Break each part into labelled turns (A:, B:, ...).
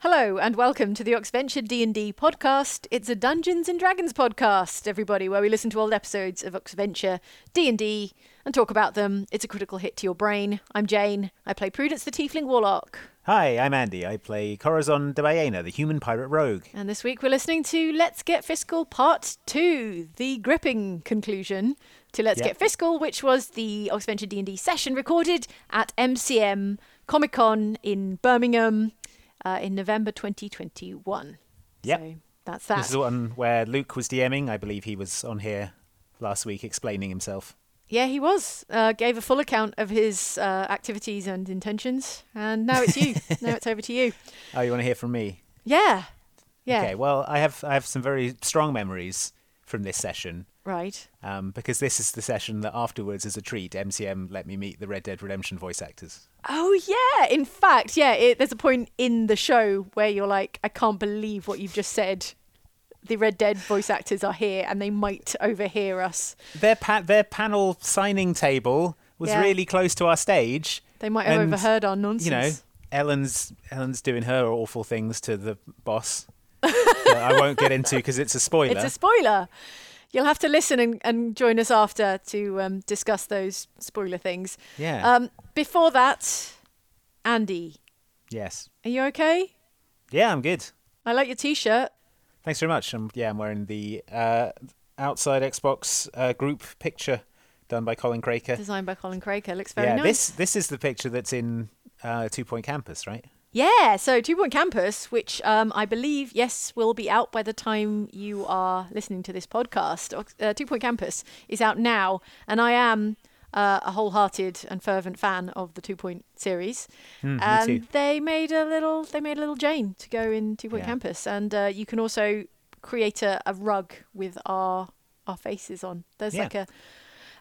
A: Hello and welcome to the Oxventure D&D podcast. It's a Dungeons and Dragons podcast, everybody, where we listen to old episodes of Oxventure D&D and talk about them. It's a critical hit to your brain. I'm Jane. I play Prudence the Tiefling Warlock.
B: Hi, I'm Andy. I play Corazon de Baena, the human pirate rogue.
A: And this week we're listening to Let's Get Fiscal Part 2, the gripping conclusion to Let's
B: Yep.
A: Get Fiscal, which was the Oxventure D&D session recorded at MCM Comic Con in Birmingham uh, in November 2021.
B: Yep.
A: So that's that.
B: This is the one where Luke was DMing. I believe he was on here last week explaining himself.
A: Yeah, he was. Uh, gave a full account of his uh, activities and intentions, and now it's you. now it's over to you.
B: Oh, you want to hear from me?
A: Yeah, yeah.
B: Okay. Well, I have I have some very strong memories from this session.
A: Right.
B: Um, because this is the session that afterwards, as a treat, MCM let me meet the Red Dead Redemption voice actors.
A: Oh yeah. In fact, yeah. It, there's a point in the show where you're like, I can't believe what you've just said. The Red Dead voice actors are here, and they might overhear us.
B: Their pa- their panel signing table was
A: Yeah.
B: really close to our stage.
A: They might have
B: and,
A: overheard our nonsense.
B: You know, Ellen's Ellen's doing her awful things to the boss. that I won't get into because it's a spoiler.
A: It's a spoiler. You'll have to listen and, and join us after to um, discuss those spoiler things.
B: Yeah.
A: Um, before that, Andy,
B: yes.
A: are you okay?
B: Yeah, I'm good.
A: I like your t-shirt.
B: Thanks very much. I'm, yeah, I'm wearing the uh, outside Xbox uh, group picture done by Colin Craker.
A: Designed by Colin Craker. Looks very
B: yeah,
A: nice.
B: this this is the picture that's in uh, Two Point Campus, right?
A: Yeah, so Two Point Campus, which um, I believe, yes, will be out by the time you are listening to this podcast. Ox- Uh, Two Point Campus is out now, and I am uh, a wholehearted and fervent fan of the Two Point series. and
B: Hmm, too.
A: they made a little, they made a little Jane to go in Two Point
B: Yeah.
A: Campus, and uh, you can also create a, a rug with our our faces on. There's
B: Yeah.
A: like a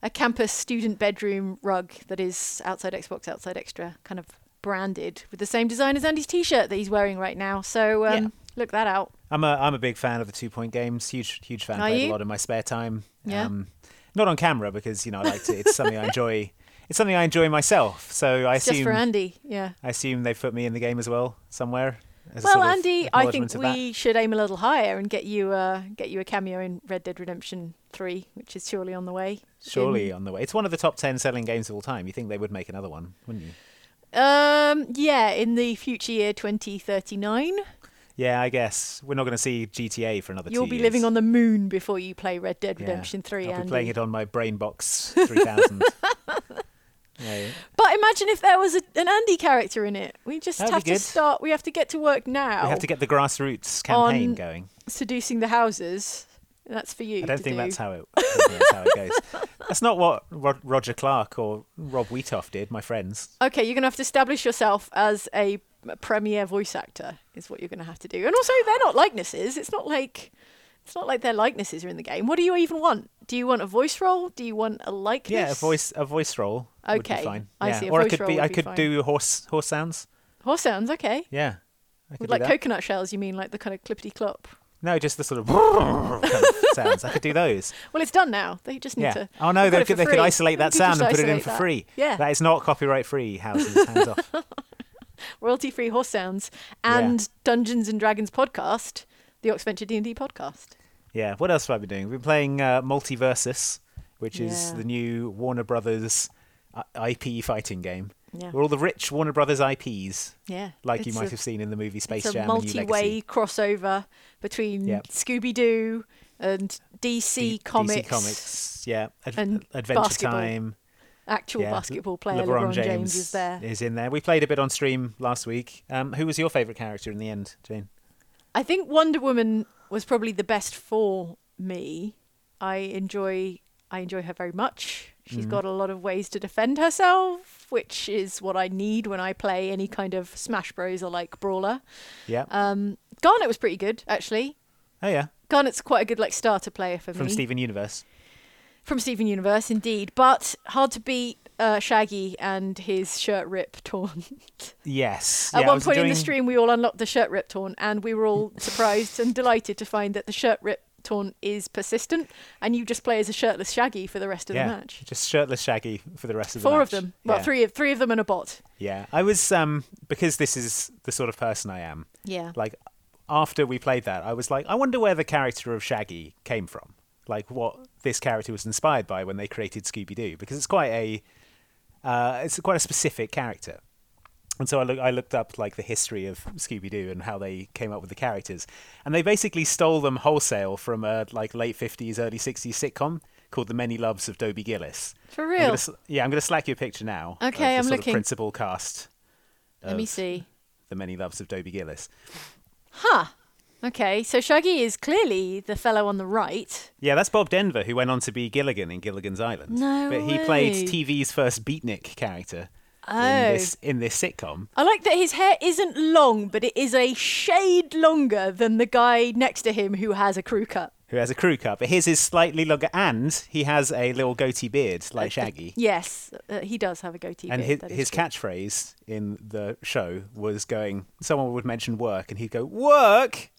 A: a campus student bedroom rug that is outside Xbox, outside Extra, kind of branded with the same design as Andy's T-shirt that he's wearing right now. So um,
B: Yeah.
A: look that out.
B: I'm a I'm a big fan of the Two Point games. Huge huge fan.
A: Are
B: Played
A: you?
B: a lot in my spare time.
A: Yeah.
B: Um, not on camera because you know I like to. It's something I enjoy. It's something I enjoy myself. So I
A: It's just
B: assume
A: for Andy, yeah.
B: I assume they put me in the game as well somewhere. as a
A: Well,
B: sort of
A: Andy, I
B: acknowledgement
A: think
B: of that.
A: we should aim a little higher and get you uh, get you a cameo in Red Dead Redemption Three, which is surely on the way.
B: surely on the way. It's one of the top ten selling games of all time. You think they would make another one, wouldn't you?
A: Um, yeah, in the future year 2039,
B: Yeah, I guess we're not going to see GTA for another.
A: you'll
B: two
A: be
B: years.
A: living on the moon before you play Red Dead
B: Yeah.
A: Redemption Three.
B: I'll
A: Andy.
B: be playing it on my Brainbox 3000. yeah,
A: But imagine if there was a, an Andy character in it. We just
B: That'd be
A: have to
B: good.
A: start. We have to get to work now.
B: we have to get the grassroots
A: Oh.
B: campaign
A: On-
B: going.
A: seducing the houses. That's for you.
B: I don't
A: to
B: think
A: do.
B: that's how it. I don't think that's how it goes. That's not what Rod- Roger Clark or Rob Wheatoff did. My friends.
A: Okay, you're gonna have to establish yourself as a premier voice actor. Is what you're gonna have to do. And also, they're not likenesses. It's not like it's not like their likenesses are in the game. What do you even want? Do you want a voice role? Do you want a likeness?
B: Yeah, a voice, a voice role. would be
A: Okay,
B: fine.
A: I
B: yeah.
A: see, a
B: Or I
A: voice
B: could
A: role
B: be,
A: would
B: I
A: be
B: could
A: fine.
B: do horse, horse sounds.
A: Horse sounds okay.
B: Yeah, I could
A: With
B: do
A: like
B: that.
A: coconut shells, you mean like the kind of clippity clop?
B: No, just the sort of kind of sounds. I could do those.
A: Well, it's done now. They just need
B: Yeah.
A: to.
B: oh no,
A: they've got
B: they
A: it for
B: could, they could
A: free.
B: isolate that
A: They could
B: sound and
A: just
B: put it in
A: isolate
B: for
A: that.
B: free.
A: Yeah.
B: That is not copyright free. Houses hands off.
A: royalty free horse sounds
B: Yeah.
A: and dungeons and dragons podcast the oxventure d&d podcast
B: Yeah. What else have I been doing? We've been playing uh, Multiversus, which is
A: Yeah.
B: the new Warner Brothers uh, I- IP fighting game.
A: Yeah.
B: Where all the rich Warner Brothers IPs,
A: yeah
B: like you
A: It's
B: might
A: a-
B: have seen in the movie Space
A: it's a
B: Jam and New
A: multi-way
B: Legacy.
A: crossover between
B: Yep.
A: scooby-doo and dc,
B: D-
A: comics,
B: DC Comics, yeah, Ad-
A: and
B: Adventure
A: basketball.
B: Time,
A: actual
B: yeah,
A: basketball player lebron, james, is there
B: in there. We played a bit on stream last week. Um, who was your favourite character in the end, Jane?
A: i think wonder woman was probably the best for me i enjoy i enjoy her very much She's
B: Mm-hmm.
A: got a lot of ways to defend herself, which is what I need when I play any kind of Smash Bros. or like brawler.
B: Yeah.
A: Um, Garnet was pretty good actually.
B: oh yeah.
A: Garnet's quite a good like starter player for
B: From
A: me.
B: Steven Universe.
A: From Steven Universe, indeed, but hard to beat uh, Shaggy and his shirt rip torn.
B: Yes.
A: At
B: Yeah, I
A: one
B: was
A: point in the
B: enjoying-
A: stream, we all unlocked the shirt rip torn, and we were all surprised and delighted to find that the shirt rip torn is persistent, and you just play as a shirtless Shaggy for the rest of
B: yeah,
A: the match.
B: Just shirtless Shaggy for the rest of the
A: Four of
B: match.
A: them, well,
B: yeah.
A: three of three of them and a bot.
B: Yeah, I was um because this is the sort of person I am.
A: Yeah.
B: Like after we played that, I was like, I wonder where the character of Shaggy came from. Like what this character was inspired by when they created Scooby Doo, because it's quite a uh, it's quite a specific character. And so I, look, I looked up like the history of Scooby Doo and how they came up with the characters, and they basically stole them wholesale from a like late fifties, early sixties sitcom called The Many Loves of Dobie Gillis.
A: For
B: I'm gonna
A: real?
B: s- yeah, I'm going to slack you a picture now. of
A: Okay,
B: the
A: I'm
B: sort
A: looking.
B: Of principal cast,
A: Let me see.
B: the many loves of Dobie Gillis.
A: Okay, so Shaggy is clearly the fellow on the right.
B: Yeah, that's Bob Denver, who went on to be Gilligan in Gilligan's Island.
A: No
B: but he played
A: way.
B: TV's first beatnik character
A: Oh.
B: in this in this sitcom.
A: I like that his hair isn't long, but it is a shade longer than the guy next to him who has a crew cut.
B: Who has a crew cut, but his is slightly longer, and he has a little goatee beard like Shaggy.
A: Yes, uh, he does have a goatee.
B: And
A: beard,
B: his,
A: that is
B: his
A: true.
B: catchphrase in the show was going, someone would mention work, and he'd go, Work!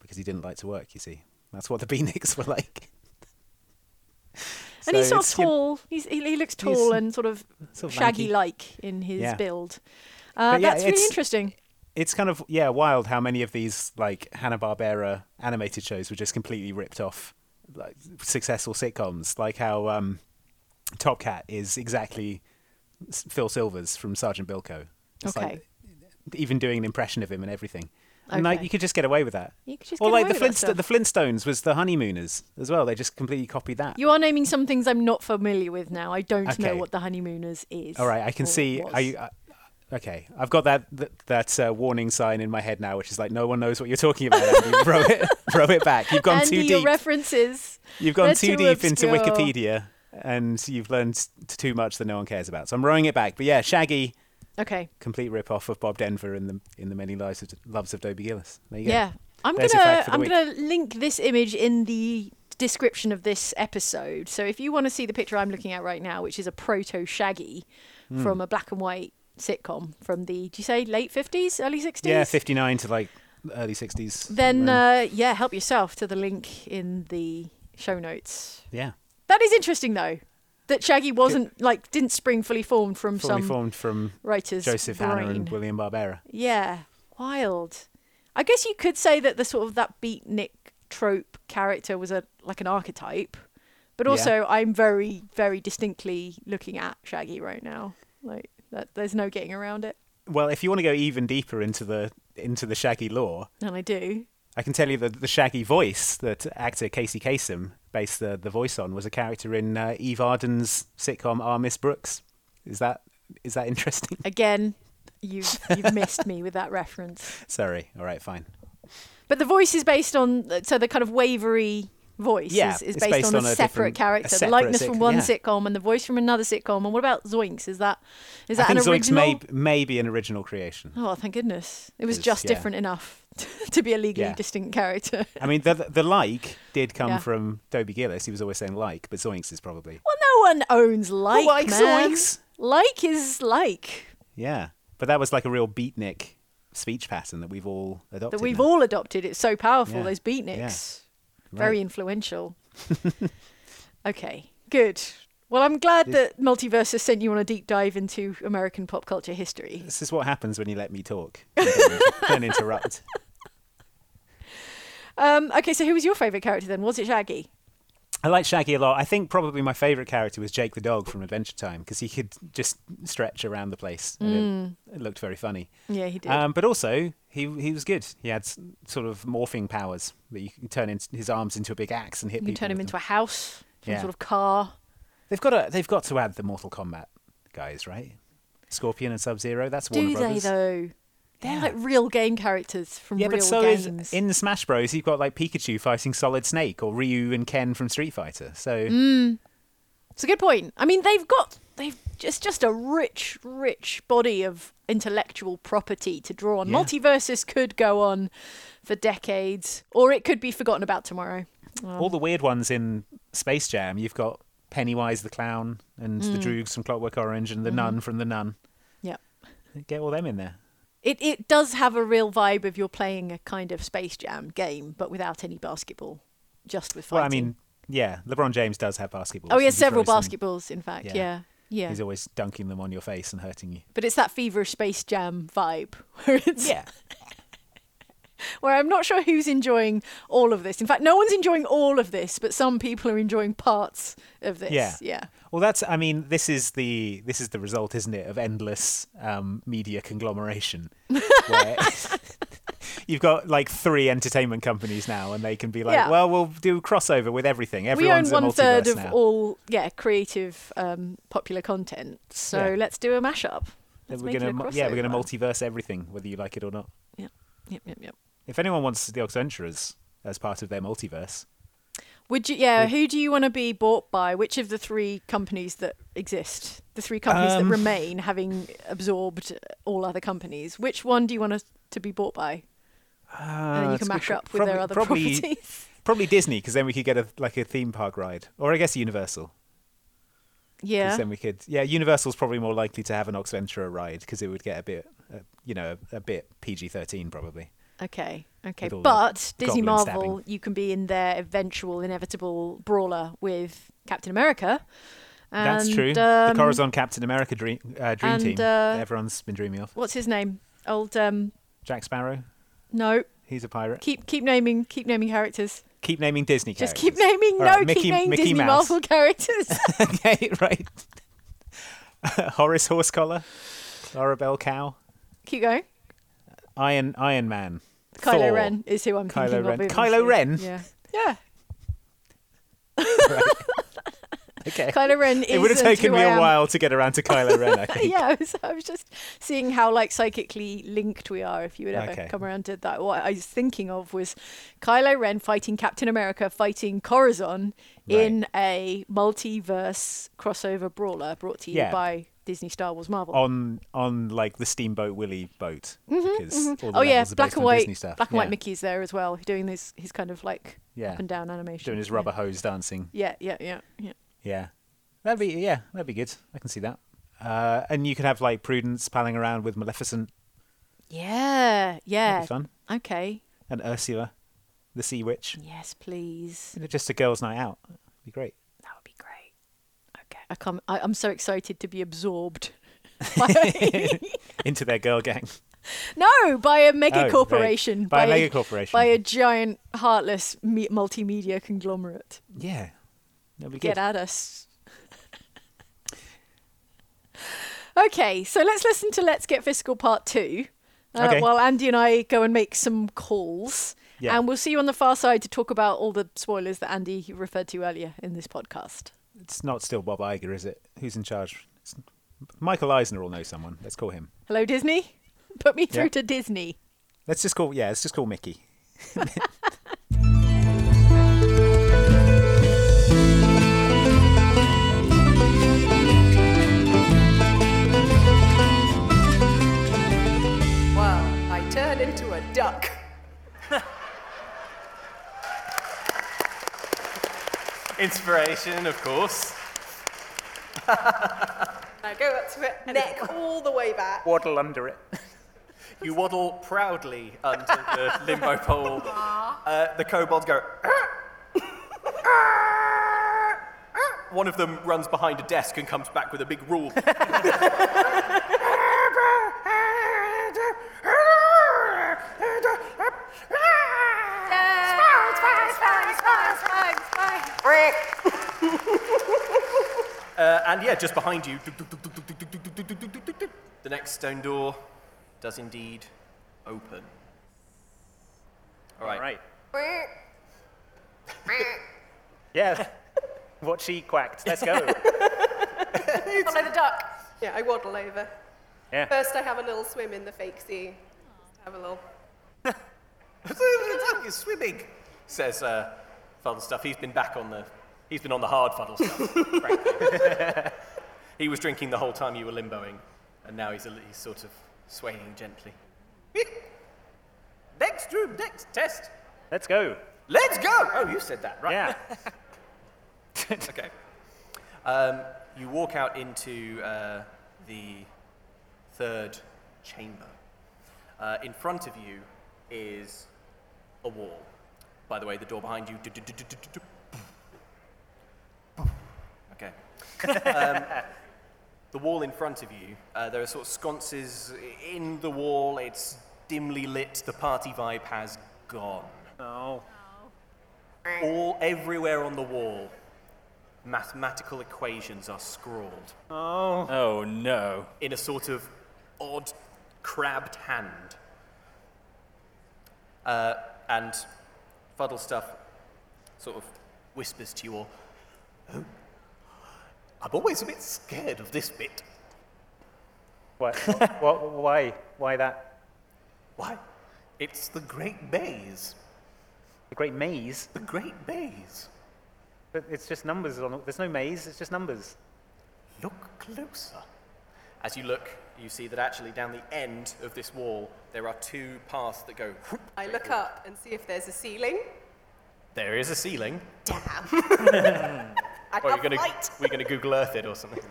B: Because he didn't like to work, you see. That's what the Beatniks were like.
A: and he's sort of
B: So it's, you know,
A: tall. He's, he, he looks tall and sort of,
B: sort of lanky.
A: shaggy like in his
B: Yeah.
A: build. Uh,
B: But yeah,
A: that's really
B: it's-
A: interesting.
B: it's kind of yeah wild how many of these like Hanna Barbera animated shows were just completely ripped off like successful sitcoms, like how um, Top Cat is exactly S- Phil Silver's from Sergeant Bilko. It's
A: Okay.
B: like even doing an impression of him and everything. And like
A: Okay.
B: you could just get away with that.
A: You could just
B: or
A: get away
B: like the
A: with that
B: Flintst- the Flintstones was the Honeymooners as well. They just completely copied that.
A: You are naming some things I'm not familiar with now. I don't know
B: Okay.
A: what the Honeymooners is.
B: All right, I can
A: or
B: see.
A: was.
B: I, I okay, I've got that that, that uh, warning sign in my head now, which is like no one knows what you're talking about. Andy. Throw it, throw it back. You've gone
A: Andy,
B: too
A: your
B: deep.
A: references.
B: you've gone
A: they're
B: too,
A: too
B: deep into
A: obscure.
B: Wikipedia, and you've learned t- too much that no one cares about. So I'm rowing it back. But yeah, Shaggy,
A: Okay.
B: complete rip off of Bob Denver in the in the many lives of loves of Dobie Gillis. There you
A: Yeah.
B: go.
A: I'm
B: There's your
A: gonna
B: fact for the
A: I'm
B: week.
A: gonna link this image in the description of this episode. So if you want to see the picture I'm looking at right now, which is a proto Shaggy
B: Hmm.
A: from a black and white sitcom from the do you say late 50s, early 60s?
B: Yeah, 59 to like early 60s.
A: Then
B: around.
A: uh, yeah, help yourself to the link in the show notes.
B: yeah,
A: That is interesting though. That Shaggy wasn't like didn't spring fully formed from
B: fully
A: some
B: formed from
A: writer's
B: Joseph
A: brain.
B: Hanna and William Barbera.
A: Yeah, wild. I guess you could say that the sort of that beatnik trope character was a like an archetype, but
B: Yeah.
A: also I'm very very distinctly looking at Shaggy right now. Like that, there's no getting around it,
B: Well, if you want to go even deeper into the into the Shaggy lore,
A: and I do.
B: I can tell you that the Shaggy voice that actor Casey Kasem based the, the voice on was a character in uh, Eve Arden's sitcom Our Miss Brooks. Is that is that interesting?
A: Again, you've you've missed me with that reference.
B: Sorry. All right, fine.
A: But the voice is based on so the kind of wavery voice
B: Yeah,
A: is, is
B: it's
A: based,
B: based
A: on,
B: on
A: a,
B: a
A: separate
B: different- a
A: character, the
B: separate
A: likeness
B: sitcom,
A: from one
B: yeah.
A: sitcom and the voice from another sitcom. And what about Zoinks? Is that is that
B: I think
A: an
B: Zoinks
A: original?
B: may may be an original creation.
A: Oh, well, thank goodness. It was
B: Is-
A: just
B: yeah.
A: different enough to be a legally
B: Yeah.
A: distinct character.
B: I mean, the the like did come
A: Yeah.
B: from Dobie Gillis. He was always saying like, but Zoinks is probably
A: Well, no one owns like,
B: likes
A: man.
B: likes?
A: Like is like
B: yeah. But that was like a real beatnik speech pattern that we've all adopted.
A: that we've
B: now.
A: all adopted. It's so powerful,
B: Yeah.
A: those beatniks. Very
B: Right.
A: influential. okay, good. Well, I'm glad that Multiversus sent you on a deep dive into American pop culture history.
B: This is what happens when you let me talk. Don't- don't interrupt.
A: Um, okay, so who was your favourite character then? Was it Shaggy?
B: I like Shaggy a lot. I think probably my favourite character was Jake the dog from Adventure Time because he could just stretch around the place. And it, it looked very funny.
A: Yeah, he Mm. did.
B: Um, but also, he he was good. He had s- sort of morphing powers that you can turn in, his arms into a big axe and hit
A: you
B: people.
A: can turn him
B: with
A: into
B: them.
A: a house, some
B: Yeah.
A: sort of car.
B: They've got to they've got to add the Mortal Kombat guys, right? Scorpion and Sub Zero. That's Warner
A: Do they
B: Brothers.
A: though? They're
B: Yeah.
A: like real game characters from
B: Yeah,
A: real
B: but so
A: games.
B: is in Smash Bros. You've got like Pikachu fighting Solid Snake or Ryu and Ken from Street Fighter. So
A: It's a good point. I mean, they've got they've just just a rich, rich body of intellectual property to draw on.
B: Yeah.
A: Multiverses could go on for decades, or it could be forgotten about tomorrow. Oh.
B: All the weird ones in Space Jam, you've got Pennywise the Clown and
A: Mm.
B: the Droogs from Clockwork Orange and the
A: Mm-hmm.
B: Nun from The Nun.
A: Yeah.
B: Get all them in there.
A: It it does have a real vibe of you're playing a kind of Space Jam game, but without any basketball, just with fighting.
B: Well, I mean, yeah, LeBron James does have basketballs.
A: oh, he
B: yeah,
A: has several basketballs, in fact.
B: Yeah.
A: Yeah, yeah.
B: He's always dunking them on your face and hurting you.
A: but it's that feverish Space Jam vibe where it's where I'm not sure who's enjoying all of this. In fact, no one's enjoying all of this, but some people are enjoying parts of this.
B: Yeah.
A: Yeah.
B: Well, that's. I mean, this is the this is the result, isn't it, of endless um, media conglomeration. where you've got like three entertainment companies now, and they can be like,
A: Yeah.
B: well, we'll do crossover with everything.
A: We own
B: Everyone's a
A: one third
B: multiverse
A: of
B: now.
A: all yeah creative um, popular content, so
B: Yeah.
A: let's do a mashup.
B: That
A: Let's
B: we're
A: make it a
B: gonna mu- yeah, we're gonna
A: crossover.
B: multiverse everything, whether you like it or not.
A: Yep, yep, yep, yep.
B: If anyone wants the Oxventurers as part of their multiverse,
A: Would you? Yeah. Who do you want to be bought by? Which of the three companies that exist, the three companies
B: Um,
A: that remain, having absorbed all other companies, which one do you want us to be bought by? and then you
B: Ah, that's
A: can
B: a good
A: mash
B: que-
A: up with their
B: probably-
A: other
B: probably-
A: properties.
B: probably Disney, because then we could get a like a theme park ride, or I guess Universal. 'cause
A: yeah.
B: Then we could yeah, Universal's probably more likely to have an Oxventura ride because it would get a bit, uh, you know, a, bit PG thirteen probably.
A: Okay. Okay.
B: with all the
A: But Disney
B: goblin
A: Marvel,
B: stabbing.
A: you can be in their eventual, inevitable brawler with Captain America. And,
B: That's true. the
A: um,
B: Corazon Captain America dream uh, dream
A: and,
B: team.
A: uh,
B: that everyone's been dreaming of.
A: What's his name? Old. Um,
B: Jack Sparrow.
A: no.
B: He's a pirate. Keep,
A: Keep keep naming keep naming characters.
B: naming Disney
A: Just
B: characters.
A: keep naming
B: All
A: no.
B: right,
A: keep
B: Mickey-
A: naming
B: Mickey
A: Disney
B: Mouse.
A: Marvel characters.
B: okay, right. Horace Horsecollar, Clarabelle Cow,
A: keep going.
B: Iron Iron Man,
A: Kylo
B: Thor.
A: Ren is who I'm
B: Kylo
A: thinking of.
B: Ren.
A: obviously.
B: Kylo Ren?
A: Yeah. Yeah.
B: Okay.
A: Kylo Ren is.
B: it would have
A: and
B: taken
A: who
B: me
A: I
B: a
A: am.
B: while to get around to Kylo Ren. I think.
A: yeah, I was, I was just seeing how like psychically linked we are. If you would ever
B: Okay.
A: come around to that, what I was thinking of was Kylo Ren fighting Captain America, fighting Corazon in a multiverse crossover brawler brought to you
B: Yeah.
A: by Disney Star Wars Marvel.
B: On on like the Steamboat Willie boat because all the
A: oh yeah,
B: levels are
A: black
B: based
A: and
B: on
A: white,
B: Disney stuff.
A: black and white
B: Yeah.
A: Mickey's there as well, doing this his kind of like
B: Yeah.
A: up and down animation,
B: doing his rubber hose dancing.
A: Yeah, yeah, yeah, yeah.
B: Yeah, that'd be yeah, that'd be good. I can see that. Uh, and you could have like Prudence palling around with Maleficent
A: Yeah, yeah.
B: That'd be fun.
A: Okay.
B: and Ursula, the Sea Witch.
A: Yes, please.
B: You know, Just a girls' night out. It'd be great.
A: That would be great. Okay, I can't. I, I'm so excited to be absorbed. by,
B: Into their girl gang.
A: no, by a
B: Oh,
A: mega
B: right.
A: corporation.
B: By a mega corporation.
A: By a giant, heartless me- multimedia conglomerate.
B: Yeah, that'd be
A: Get
B: good.
A: at us. okay, so let's listen to Let's Get Fiscal Part 2 uh,
B: Okay.
A: while Andy and I go and make some calls.
B: Yeah.
A: And we'll see you on the far side to talk about all the spoilers that Andy referred to earlier in this podcast.
B: It's not still Bob Iger, is it? Who's in charge? It's Michael Eisner will know someone. Let's call him.
A: Hello, Disney? Put me through
B: Yeah.
A: to Disney.
B: Let's just call yeah. Let's just call Mickey.
C: Wow, I turned into a duck.
D: Inspiration, of course.
C: I go up to it, neck all the way back.
D: Waddle under it. you waddle proudly under the limbo pole. Uh, the kobolds go. "Ah, ah." One of them runs behind a desk and comes back with a big rule. Uh, and yeah, just behind you, the next stone door does indeed open. All right.
E: Right. Yeah. What she quacked. Let's go.
C: Follow the duck. Yeah, I waddle over.
E: Yeah.
C: First, I have a little swim in the fake sea. Have a little.
D: the duck is swimming, says uh, Father Stuff. He's been back on the. He's been on the hard fuddle stuff. frankly. he was drinking the whole time you were limboing, and now he's, a, li- he's sort of swaying gently. next room, next test.
E: Let's go.
D: Let's go! Oh, you said that, right?
E: Yeah.
D: okay. Um, you walk out into uh, the third chamber. Uh, in front of you is a wall. By the way, the door behind you. Okay. Um, the wall in front of you, uh, there are sort of sconces in the wall. It's dimly lit. The party vibe has gone. Oh.
E: Oh.
D: All everywhere on the wall, mathematical equations are scrawled
E: Oh.
F: Oh no.
D: in a sort of odd, crabbed hand. Uh, and Fuddle Stuff sort of whispers to you all, "Oh, I'm always a bit scared of this bit.
E: What, what, why? Why that?
D: Why? It's the Great Maze.
E: The great maze.
D: The Great Maze.
E: But it's just numbers. On, there's no maze. It's just numbers.
D: Look closer. As you look, you see that actually down the end of this wall, there are two paths that go.
C: I look up and see if there's a ceiling.
D: There is a ceiling.
C: I'd
D: Or
C: love
D: you're gonna,
C: light.
D: we're going to Google Earth it or something.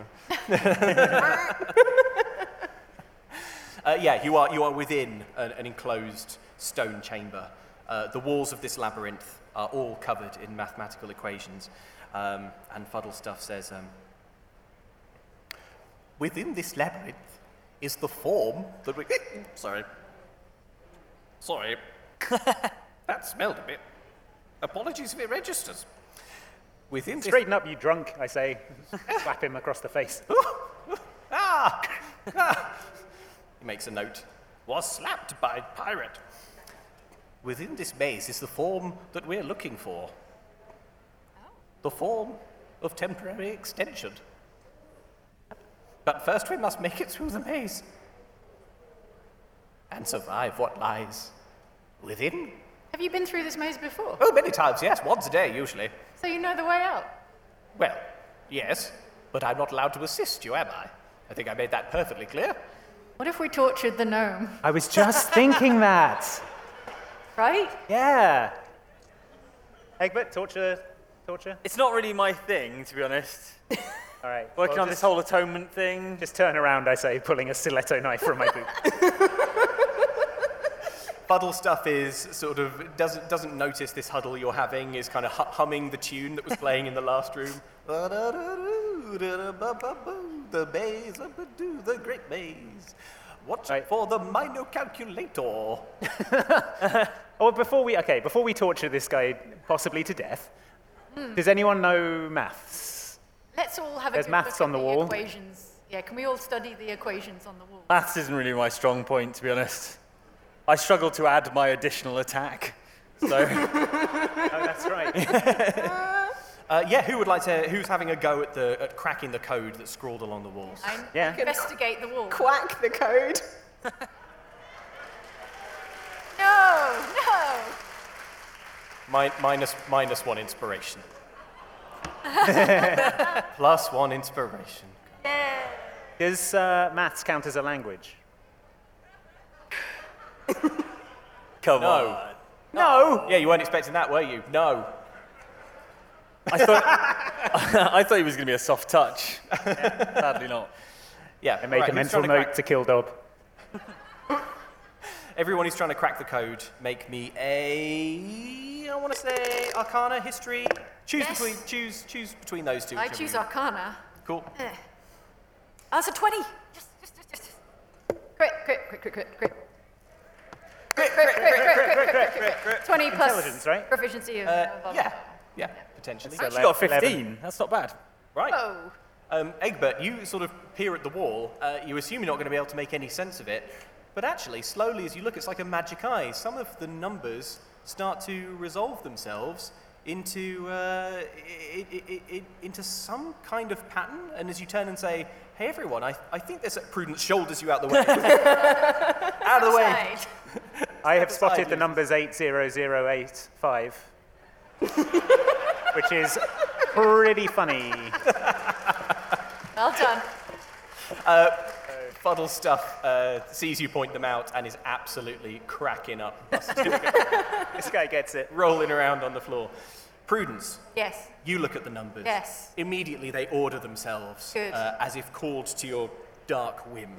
D: uh, yeah, you are, you are within an, an enclosed stone chamber. Uh, the walls of this labyrinth are all covered in mathematical equations. Um, and Fuddle Stuff says um, Within this labyrinth is the form that we. Sorry. Sorry. that smelled a bit. Apologies if it registers. Within this
E: Straighten up, you drunk! I say, slap him across the face.
D: Ah! Ah! he makes a note. Was slapped by pirate. Within this maze is the form that we're looking for.
G: Oh.
D: The form of temporary extension. But first we must make it through the maze. And survive what lies within.
G: Have you been through this maze before?
D: Oh, many times, yes, once a day usually.
G: So you know the way out.
D: Well, yes, but I'm not allowed to assist you, am I? I think I made that perfectly clear.
G: What if we tortured the gnome?
E: I was just thinking that.
G: Right?
E: Yeah. Egbert, torture, torture.
F: It's not really my thing, to be honest.
E: All right.
F: Working
E: well,
F: on this
E: just,
F: whole atonement thing.
E: Just turn around, I say, pulling a stiletto knife from my boot.
D: Huddle stuff is sort of doesn't doesn't notice this huddle you're having is kind of hu- humming the tune that was playing in the last room. The maze, the great maze. Watch
E: Right.
D: for the minor calculator.
E: Or Oh, before we, okay, before we torture this guy possibly to death, does anyone know maths?
G: Let's all have
E: There's
G: a good
E: maths
G: look
E: on
G: at
E: the wall.
G: Equations. Yeah, can we all study the equations on the wall?
F: Maths isn't really my strong point, to be honest. I struggle to add my additional attack. So,
E: Oh, that's right.
D: Uh, yeah, who would like to? Who's having a go at the at cracking the code that's scrawled along the walls?
G: I
E: Yeah.
G: investigate the wall.
C: Quack the code.
G: No, no.
D: Mi- minus minus one inspiration. Plus one inspiration.
E: Does uh, maths count as a language?
F: come
D: No.
F: on.
E: No.
D: Yeah, you weren't expecting that, were you? No.
F: I thought, I thought he was going to be a soft touch. Sadly not.
D: Yeah.
E: I make
D: right,
E: a
D: who's
E: mental
D: trying to
E: note
D: crack-
E: to kill Dob.
D: Everyone who's trying to crack the code, make me a. I want to say Arcana, History. Choose
G: Yes.
D: between choose choose between those two.
G: I
D: whichever
G: choose
D: you-
G: Arcana.
D: Cool.
G: That's a 20. Just, just, just, just. Crit, crit, crit, crit, crit, crit. Crit, crit, crit, crit, crit, crit, crit, crit, crit. 20 plus
E: Intelligence, right?
G: proficiency of...
D: Uh,
G: blah, blah,
D: yeah,
G: blah.
D: yeah, potentially.
F: Actually got a 15.
E: 11.
F: That's not bad.
D: Right.
G: Whoa.
D: Um, Egbert, you sort of peer at the wall. Uh, you assume you're not going to be able to make any sense of it, but actually, slowly as you look, it's like a magic eye. Some of the numbers start to resolve themselves into uh, i i i i into some kind of pattern. And as you turn and say, "Hey, everyone, I, I think there's a prudence shoulders you out the way, out of the way."
G: Side.
E: I have
D: aside,
E: spotted the
D: Lucas.
E: numbers 80085, which is pretty funny.
G: Well done.
D: Fuddle Stuff uh, sees you point them out and is absolutely cracking up, busting,
E: this guy gets it.
D: rolling around on the floor. Prudence,
G: Yes.
D: you look at the numbers.
G: Yes.
D: Immediately they order themselves
G: Good.
D: uh, as if called to your dark whim.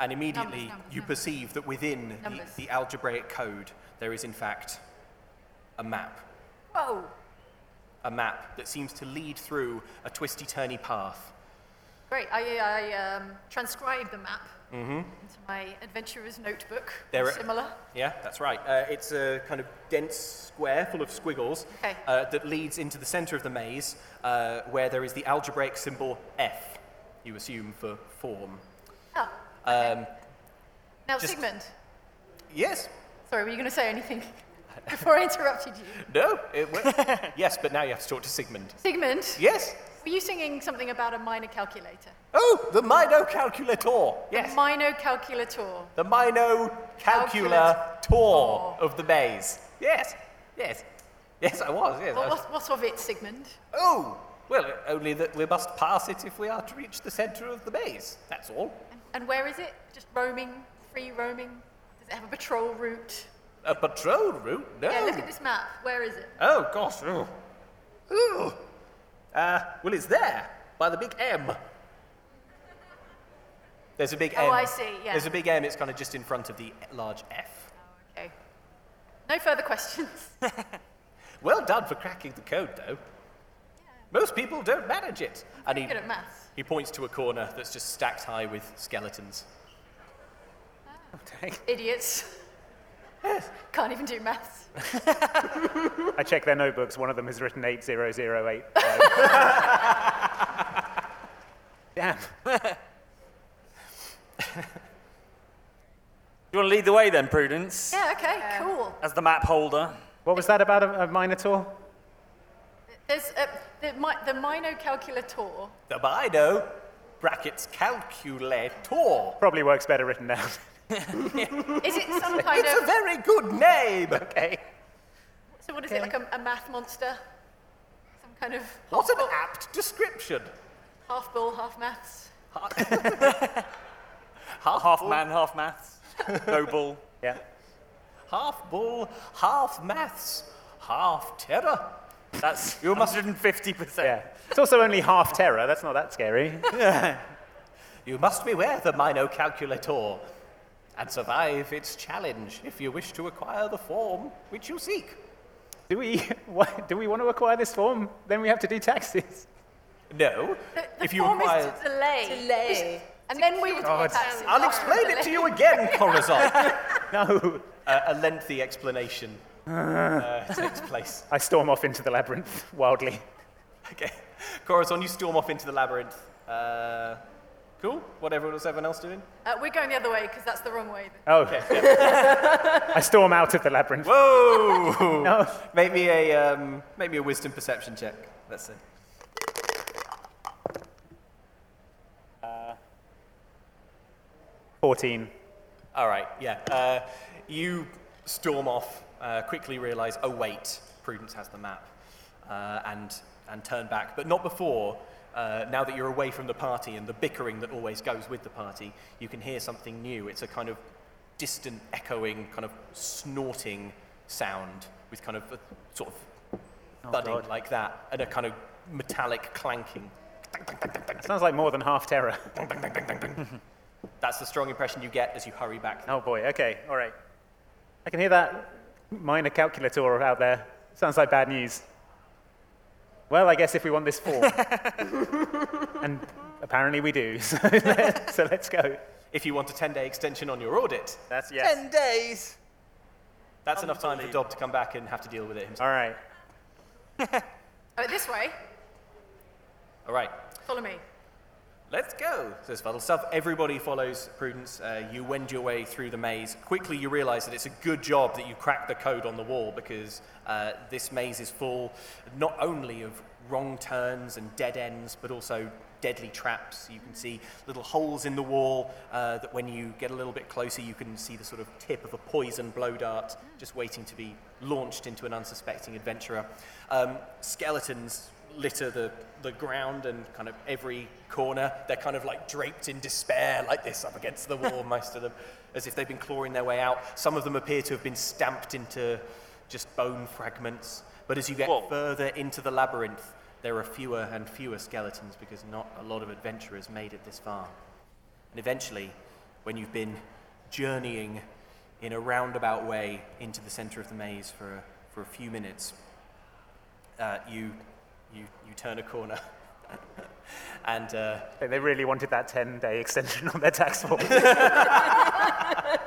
D: And immediately
G: Numbers, numbers,
D: you
G: numbers.
D: perceive that within the,
G: Numbers.
D: the algebraic code there is, in fact, a map.
G: Whoa.
D: A map that seems to lead through a twisty turny path.
G: Great. I, I um, transcribed the map
E: Mm-hmm.
G: into my adventurer's notebook.
D: There are-
G: similar.
D: Yeah, that's right. Uh, it's a kind of dense square full of squiggles
G: Okay.
D: uh, that leads into the center of the maze uh, where there is the algebraic symbol F, you assume for form.
G: Oh.
D: Um,
G: Now,
D: Just-
G: Sigmund,
D: yes?
G: sorry, were you going to say anything before I interrupted you?
D: No? It wo- yes, but now you have to talk to Sigmund.
G: Sigmund,
D: Yes?
G: were you singing something about a minor calculator?
D: Oh, the Mino Calculator.
G: A
D: Yes.
G: minor calculator.
D: The Mino Calculator
G: Calculator.
D: of the maze. Yes. Yes. Yes, I was. Yes. I
G: What,
D: was.
G: what, what of it, Sigmund?
D: Oh, well, only that we must pass it if we are to reach the centre of the maze. That's all.
G: And, and where is it? Just roaming, free roaming? Does it have a patrol route?
D: A patrol route? No.
G: Yeah, look at this map. Where is it?
D: Oh, gosh. Oh. Ooh. Uh, well, it's there, by the big M. There's a big
G: Oh,
D: M.
G: I see, yeah.
D: There's a big M, it's kind of just in front of the large F.
G: Okay. No further questions.
D: Well done for cracking the code, though. Most people don't manage it. And he,
G: Good at maths.
D: he points to a corner that's just stacked high with skeletons.
G: Idiots. Can't even do maths.
E: I check their notebooks. One of them has written 8008. Damn.
F: you want to lead the way then, Prudence?
G: Yeah, okay, cool.
F: As the map holder.
E: What was that about a, a Minotaur?
G: There's uh, the, mi- the Mino calculator.
D: The Bido, brackets calculator.
E: Probably works better written down.
G: Is it some kind
D: It's a
G: of.
D: very good name. Okay.
G: So, what is it, like a, a math monster? Some kind of
D: What an apt description.
G: half bull, half maths?
D: Half,
F: Half
D: bull,
F: man, half maths. No bull.
E: Yeah.
D: half bull, half maths, half terror.
F: That's
D: You must-
F: 150%.
E: Yeah. It's also only half terror. That's not that scary.
D: You must beware the Mino Calculator and survive its challenge if you wish to acquire the form which you seek.
E: Do we, what, do we want to acquire this form? Then we have to do taxes.
D: No,
G: The, the
D: if you
G: form
D: acquire.
G: is to delay.
C: Delay.
G: And then we would
E: God.
G: taxes.
D: I'll explain it to you again, Corazon.
E: No.
D: uh, a lengthy explanation uh, takes place.
E: I storm off into the labyrinth wildly.
D: Okay. Corazon, you storm off into the labyrinth. Uh, cool. What everyone was everyone else doing?
G: Uh, we're going the other way because that's the wrong way.
E: Oh. I storm out of the labyrinth.
D: Whoa!
E: No.
D: Make me a um, make me a wisdom perception check. Let's see.
E: Fourteen.
D: All right. Yeah. Uh, you storm off. Uh, quickly realize. Oh wait, Prudence has the map, uh, and and turn back, but not before. Uh, now that you're away from the party and the bickering that always goes with the party, you can hear something new. It's a kind of distant, echoing, kind of snorting sound with kind of a sort of thudding
E: God.
D: like that and a kind of metallic clanking.
E: Sounds like more than half terror.
D: That's the strong impression you get as you hurry back.
E: Oh boy. Okay. All right. I can hear that minor calculator out there. Sounds like bad news. Well, I guess if we want this form, and apparently we do. So, let, so let's go.
D: If you want a 10 day extension on your audit,
E: That's yes.
F: days.
D: that's enough time for Dob to come back and have to deal with it himself.
E: All right.
G: Oh, this way.
D: All right,
G: Follow me.
D: let's go, says Fuddle Stuff. Everybody follows Prudence. Uh, you wend your way through the maze. Quickly, you realize that it's a good job that you cracked the code on the wall because uh, this maze is full not only of wrong turns and dead ends, but also deadly traps. You can see little holes in the wall uh, that when you get a little bit closer, you can see the sort of tip of a poison blow dart just waiting to be launched into an unsuspecting adventurer. Um, skeletons litter the, the ground and kind of every corner. They're kind of like draped in despair, like this, up against the wall, most of them, as if they've been clawing their way out. Some of them appear to have been stamped into just bone fragments. But as you get
F: Whoa.
D: further into the labyrinth, there are fewer and fewer skeletons because not a lot of adventurers made it this far. And eventually, when you've been journeying in a roundabout way into the center of the maze for a, for a few minutes, uh, you, you, you turn a corner. and uh,
E: They- They really wanted that 10 day extension on their tax form.
D: yeah,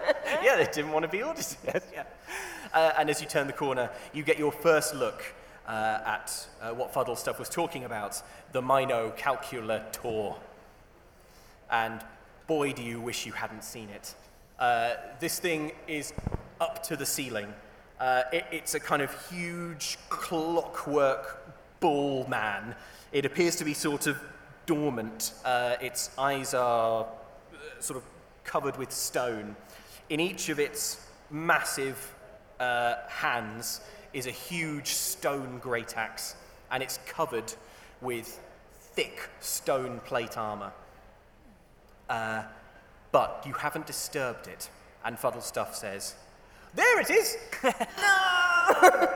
D: they didn't want to be audited. yeah. Uh, and as you turn the corner, you get your first look uh, at uh, what Fuddle stuff was talking about the Mino Calculator. And boy, do you wish you hadn't seen it. Uh, this thing is up to the ceiling. Uh, it, it's a kind of huge clockwork ball man. It appears to be sort of dormant. Uh, its eyes are sort of covered with stone. In each of its massive uh, hands is a huge stone great axe, and it's covered with thick stone plate armor. Uh, but you haven't disturbed it, and Fuddlestuff says, There it is! no!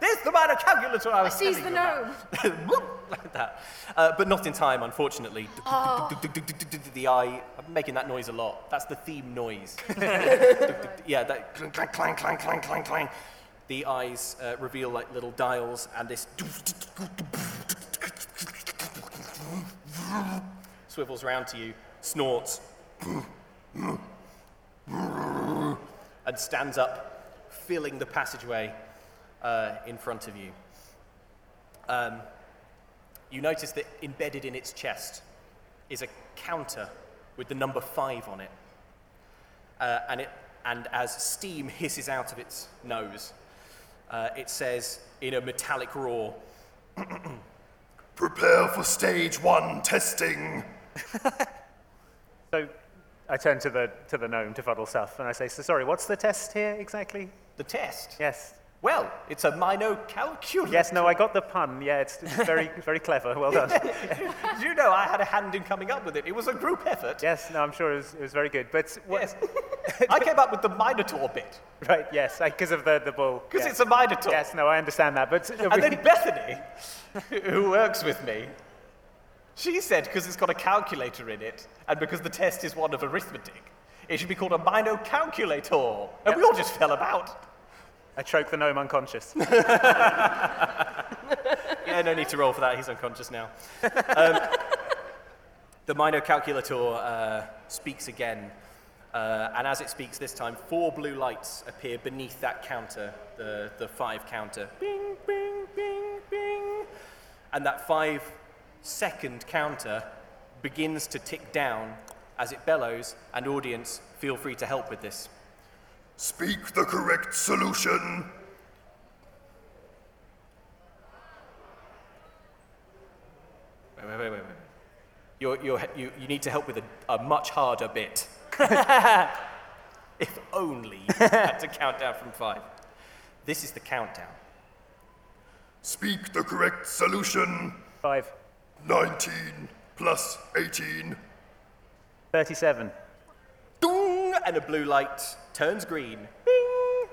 D: There's the minor calculator I was
C: Seize the
D: telling you about."
C: gnome.
D: Whoop, like that. Uh, but not in time, unfortunately.
C: Oh.
D: The eye, I'm making that noise a lot. That's the theme noise. yeah, that clang, clang, clang, clang, clang, clang, clang. The eyes uh, reveal like little dials, and this swivels round to you, snorts, and stands up, filling the passageway uh, in front of you Um, you notice that embedded in its chest is a counter with the number five on it. Uh, and, it and as steam hisses out of its nose, uh, it says in a metallic roar,
H: Prepare for stage one testing.
E: so I turn to the, to the gnome, to Fuddle Stuff, and I say, so sorry, what's the test here exactly?
D: The test.
E: Yes.
D: Well, it's a minocalculus.
E: Yes, no, I got the pun. Yeah, it's, it's very, very clever. Well done.
D: you know I had a hand in coming up with it. It was a group effort.
E: Yes, no, I'm sure it was, it was very good. But what,
D: Yes. I came up with the Minotaur bit
E: right, yes, because of the, the bull.
D: because
E: yeah.
D: it's a Minotaur.
E: Yes, no, I understand that. But
D: And then Bethany, who works with me, she said because it's got a calculator in it, and because the test is one of arithmetic, it should be called a minocalculator. And we all just fell about.
E: I choke the gnome unconscious.
D: Yeah, no need to roll for that. He's unconscious now. Um, the minocalculator uh, speaks again, uh, and as it speaks this time, four blue lights appear beneath that counter, the, the five counter. Bing, bing, bing, bing. And that five second counter begins to tick down as it bellows, and audience, feel free to help with this.
H: Speak the correct solution.
D: Wait, wait, wait, wait, wait. You're, you're, you, you need to help with a, a much harder bit. if only you had to count down from five. This is the countdown.
H: Speak the correct solution.
E: Five,
H: 19 plus 18.
E: thirty-seven.
D: Dong! And a blue light turns green. Bing!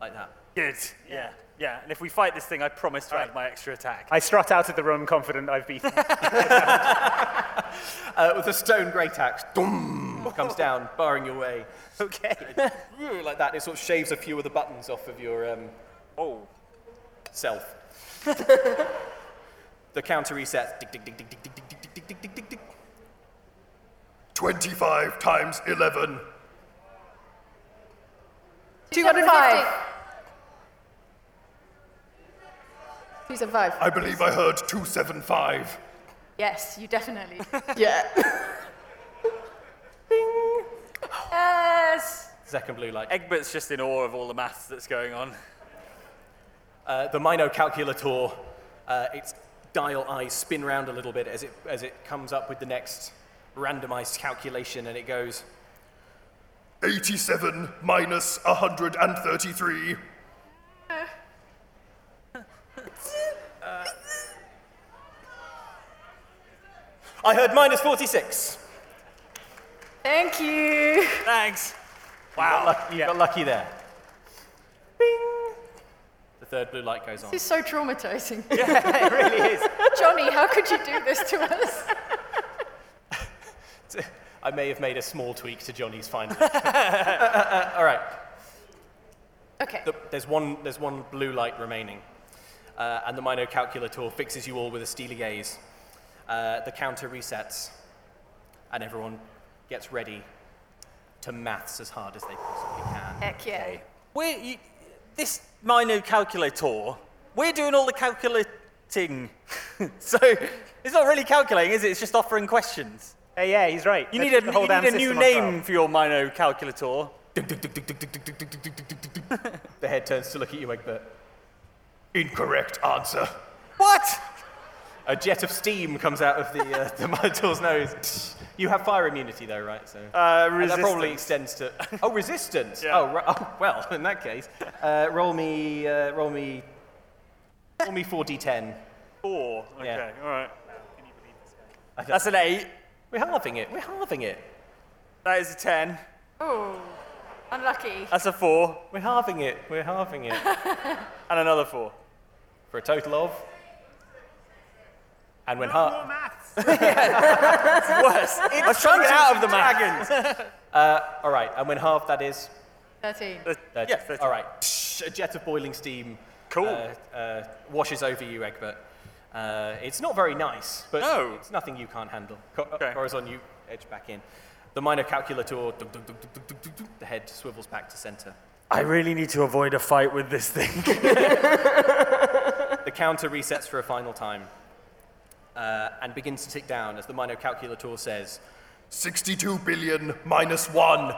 D: Like that.
F: Good. Yeah. Yeah. And if we fight this thing, I promise to add my extra attack.
E: I strut out of the room confident I've beaten.
D: Uh, with a stone great axe, dong! Comes down, barring your way. Okay. like that. It sort of shaves a few of the buttons off of your um,
F: Oh.
D: self. the counter resets. Tick, tick, tick, tick, tick, tick, tick, tick, tick, tick, tick, tick, tick.
H: 25 times 11.
C: 205. 275.
H: I believe I heard 275.
G: Yes, you definitely.
C: Yeah.
G: yes.
D: Second blue light.
F: Egbert's just in awe of all the maths that's going on.
D: Uh, the minocalculator, uh, its dial eyes spin round a little bit as it, as it comes up with the next randomized calculation and it goes
H: 87 minus 133.
D: I heard minus 46.
G: Thank you.
F: Thanks.
D: Wow. You got lucky, you got lucky there. Bing. The third blue light goes on.
A: This is so traumatizing.
D: it really is.
A: Johnny, how could you do this to us?
D: I may have made a small tweak to Johnny's final. all right.
G: Okay.
D: The- there's one. There's one blue light remaining, uh, and the Mino calculator fixes you all with a steely gaze. Uh, the counter resets, and everyone gets ready to maths as hard as they possibly can.
G: Heck yeah.
D: Okay.
F: We're, you, this Mino calculator, we're doing all the calculating. so it's not really calculating, is it? It's just offering questions.
E: Hey, Uh, yeah, he's right.
F: You
E: That's
F: need a,
E: the whole
F: you
E: damn
F: need a new
E: system
F: name
E: on trial.
F: for your Mino calculator.
D: The head turns to look at you, Egbert.
H: Incorrect answer.
F: What?
D: A jet of steam comes out of the, uh, the Minotaur's nose. You have fire immunity, though, right? So
F: Uh,
D: And that probably
F: resistance.
D: extends to oh resistance.
F: Yeah.
D: Oh, ri- oh well, in that case, uh, roll me, uh, roll me, roll me four d10.
F: Four. Okay,
D: Yeah.
F: all right.
D: I don't-
F: That's an eight.
D: We're halving it. We're halving it.
F: That is a ten.
G: Oh, unlucky.
F: That's a four.
D: We're halving it. We're halving it
F: And another four.
D: for a total of. And when half,
F: Worse. I was trying to get out of the math.
D: all right, and when half that is,
A: 13.
D: that-
F: Yes, that's
D: all right. Psh, a jet of boiling steam.
F: Cool.
D: Uh, uh, washes over you, Egbert. Uh, it's not very nice, but
F: No.
D: it's nothing you can't handle. Co- uh,
F: Okay.
D: Corazon, you edge back in. The minor calculator, dunk, dunk, dunk, dunk, dunk, dunk, dunk, dunk, the head swivels back to center.
F: I really need to avoid a fight with this thing.
D: The counter resets for a final time uh, and begins to tick down as the minor calculator says,
H: 62 billion minus one.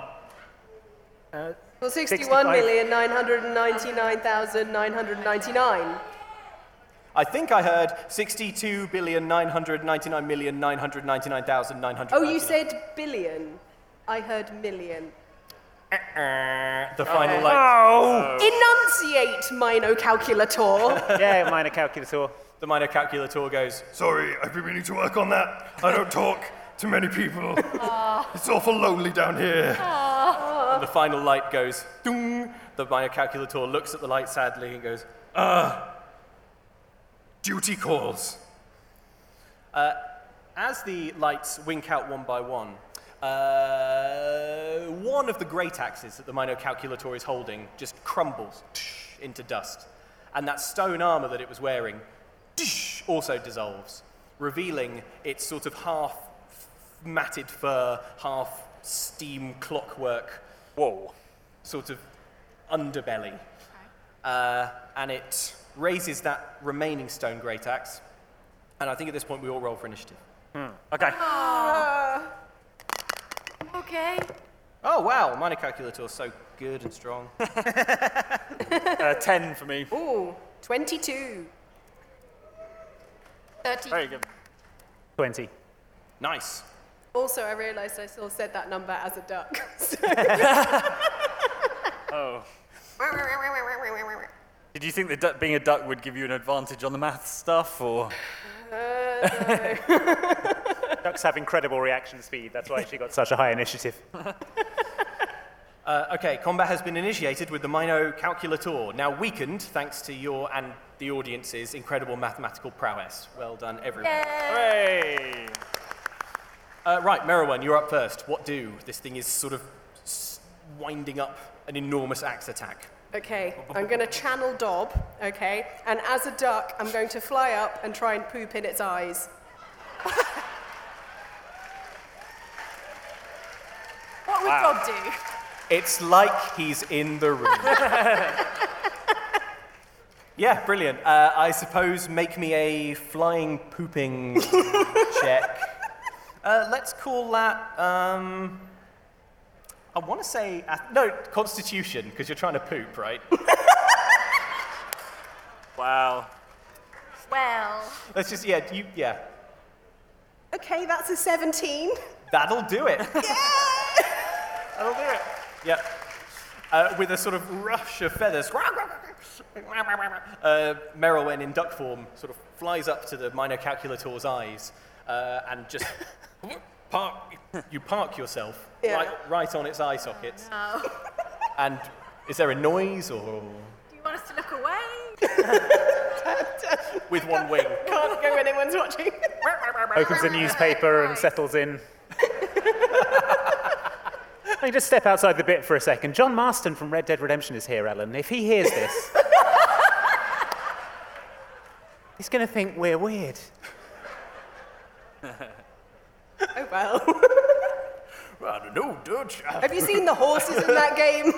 C: Well, 61,999,999.
D: I think I heard 62,999,999,999,999.
C: Oh, you said billion. I heard million.
D: the final light.
C: Enunciate, Mino calculator.
E: Yeah, minor calculator.
C: Oh.
D: The minor calculator goes,
H: Sorry, I've been meaning to work on that. I don't talk to many people. it's awful lonely down here.
D: And the final light goes, Dung. The minor calculator looks at the light sadly and goes,
H: Duty calls.
D: As the lights wink out one by one, uh, one of the great axes that the minor calculator is holding just crumbles into dust, and that stone armor that it was wearing also dissolves, revealing its sort of half matted fur, half steam clockwork
F: Whoa.
D: sort of underbelly. Uh, and it raises that remaining stone great axe. And I think at this point we all roll for initiative.
F: Okay.
E: Oh.
G: Okay.
D: Oh, wow, minor calculator is so good and strong.
F: Uh, ten for me.
C: Ooh, 22.
G: 30.
F: Very good.
E: 20.
D: nice.
C: Also, I realised I still said that number as a duck. So-
F: Did you think that duck, being a duck would give you an advantage on the math stuff, or
E: Uh, Ducks have incredible reaction speed. That's why she got such a high initiative.
D: Uh, okay, combat has been initiated with the Mino calculator, now weakened thanks to your and the audience's incredible mathematical prowess. Well done, everyone.
F: Hooray!
D: Uh, right, Merowyn, you're up first. What do? This thing is sort of s- winding up an enormous axe attack.
C: okay, I'm going to channel Dob, okay? And as a duck, I'm going to fly up and try and poop in its eyes.
G: What would Bob do?
D: It's like he's in the room. yeah, brilliant. Uh, I suppose make me a flying pooping check. Uh, let's call that. Um, I want to say ath- no Constitution because you're trying to poop, right?
F: Wow.
G: Well,
D: let's just yeah you yeah.
C: Okay, that's a 17.
D: That'll do it.
F: That'll do it.
D: Yep. Uh, with a sort of rush of feathers, uh, Merylwen in duck form sort of flies up to the minor calculator's eyes uh, and just park. You park yourself
C: Yeah.
D: right, right on its eye socket. And is there a noise or
G: Do you want us to look away?
D: with one wing?
C: Can't go anyone's watching.
E: opens a newspaper and settles in. I just step outside the bit for a second. John Marston from Red Dead Redemption is here, Alan. If he hears this, he's going to think we're weird.
C: oh well.
H: I don't know, Dutch.
C: Have you seen the horses in that game?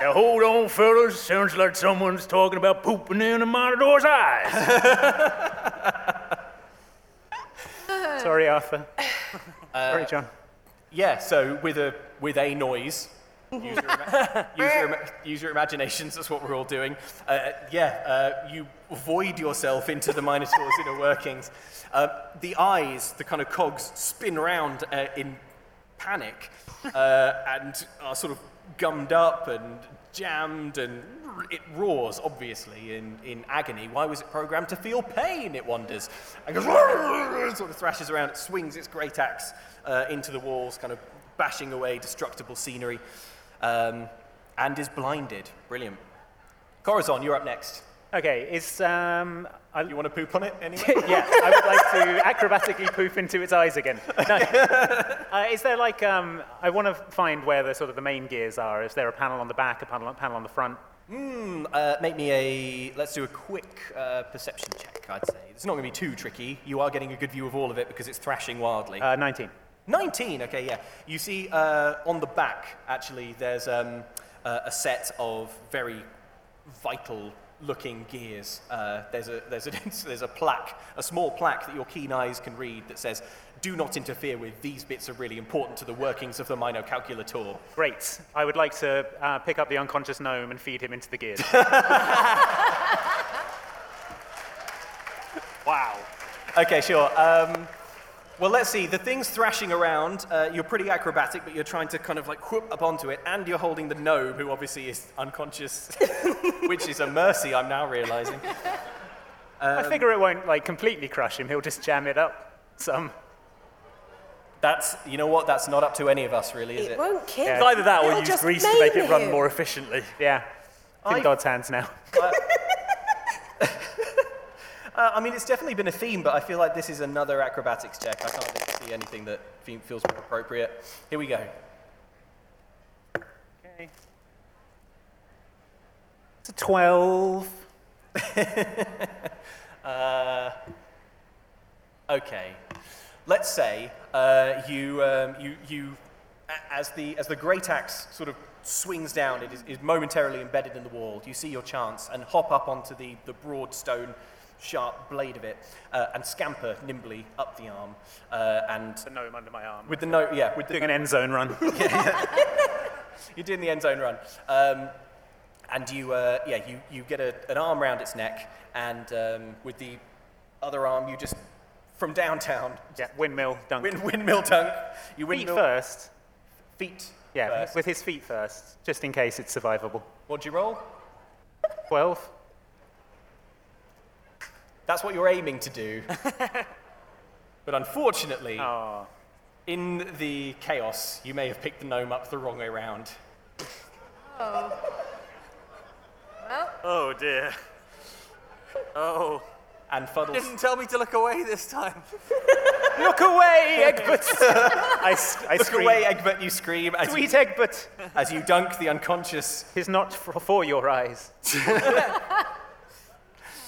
H: Now hold on, fellas. Sounds like someone's talking about pooping in a Matador's eyes.
E: Sorry, Arthur.
H: Uh,
E: Sorry, John.
D: Yeah. So with a with a noise. Use your, ima- use, your ima- use your imaginations. That's what we're all doing. Uh, yeah, uh, you void yourself into the Minotaur's inner workings. Uh, the eyes, the kind of cogs, spin round uh, in panic uh, and are sort of gummed up and jammed, and r- it roars obviously in, in agony. Why was it programmed to feel pain? It wonders. And goes, "Rrrr," sort of thrashes around. It swings its great axe uh, into the walls, kind of bashing away destructible scenery, um, and is blinded. Brilliant. Corazon, you're up next.
E: Okay, is um, I,
D: You want to poop on it anyway?
E: yeah, I would like to acrobatically poop into its eyes again. No. Uh, is there like um, I want to find where the sort of the main gears are? Is there a panel on the back, a panel, panel on the front?
D: Uh, make me a. Let's do a quick uh, perception check. I'd say it's not going to be too tricky. You are getting a good view of all of it because it's thrashing wildly.
E: Uh, 19.
D: 19. Okay, yeah. You see uh, on the back, actually, there's um, uh, a set of very vital-looking gears. Uh, there's a there's a there's a plaque, a small plaque that your keen eyes can read that says, "Do not interfere with these bits. Are really important to the workings of the Mino Calculator."
E: Great. I would like to uh, pick up the unconscious gnome and feed him into the gears. wow.
D: Okay, sure. Um, well, let's see. The thing's thrashing around. Uh, you're pretty acrobatic, but you're trying to kind of like whoop up onto it, and you're holding the gnome, who obviously is unconscious, which is a mercy. I'm now realizing. Um,
E: I figure it won't like completely crush him. He'll just jam it up some.
D: That's you know what? That's not up to any of us, really, is it?
C: it won't kill.
F: It's either that or
C: It'll
F: use
C: just
F: grease to make
C: maim
F: it run
C: him.
F: more efficiently.
E: Yeah. It's
D: I-
E: in God's hands now.
D: Uh, I mean, it's definitely been a theme, but I feel like this is another acrobatics check. I can't think- see anything that fe- feels more appropriate. Here we go.
E: It's a 12.
D: Okay. Let's say uh, you, um, you, you, a- as the, as the great axe sort of swings down, it is, is momentarily embedded in the wall. You see your chance and hop up onto the, the broad stone, sharp blade of it uh, and scamper nimbly up the arm. Uh, and
E: The gnome under my arm. We're
D: with the no, yeah, with the,
E: doing an end zone run.
D: you're doing the end zone run. Um, and you, uh, yeah, you, you get a, an arm round its neck, and um, with the other arm, you just, from downtown,
E: yeah, windmill dunk.
D: win, windmill dunk. You
E: feet
D: windmill
E: first.
D: feet
E: Yeah,
D: first.
E: with his feet first, just in case it's survivable.
D: What'd you roll?
E: 12.
D: That's what you're aiming to do. but unfortunately,
E: Oh.
D: in the chaos, you may have picked the gnome up the wrong way round.
F: Oh dear. Oh.
D: And fuddles.
F: Didn't tell me to look away this time.
E: Look away, Egbert! I, s- I
D: Look
E: scream.
D: away, Egbert, you scream as you,
E: Sweet Egbert!
D: as you dunk the unconscious
E: Tis not for, for your eyes.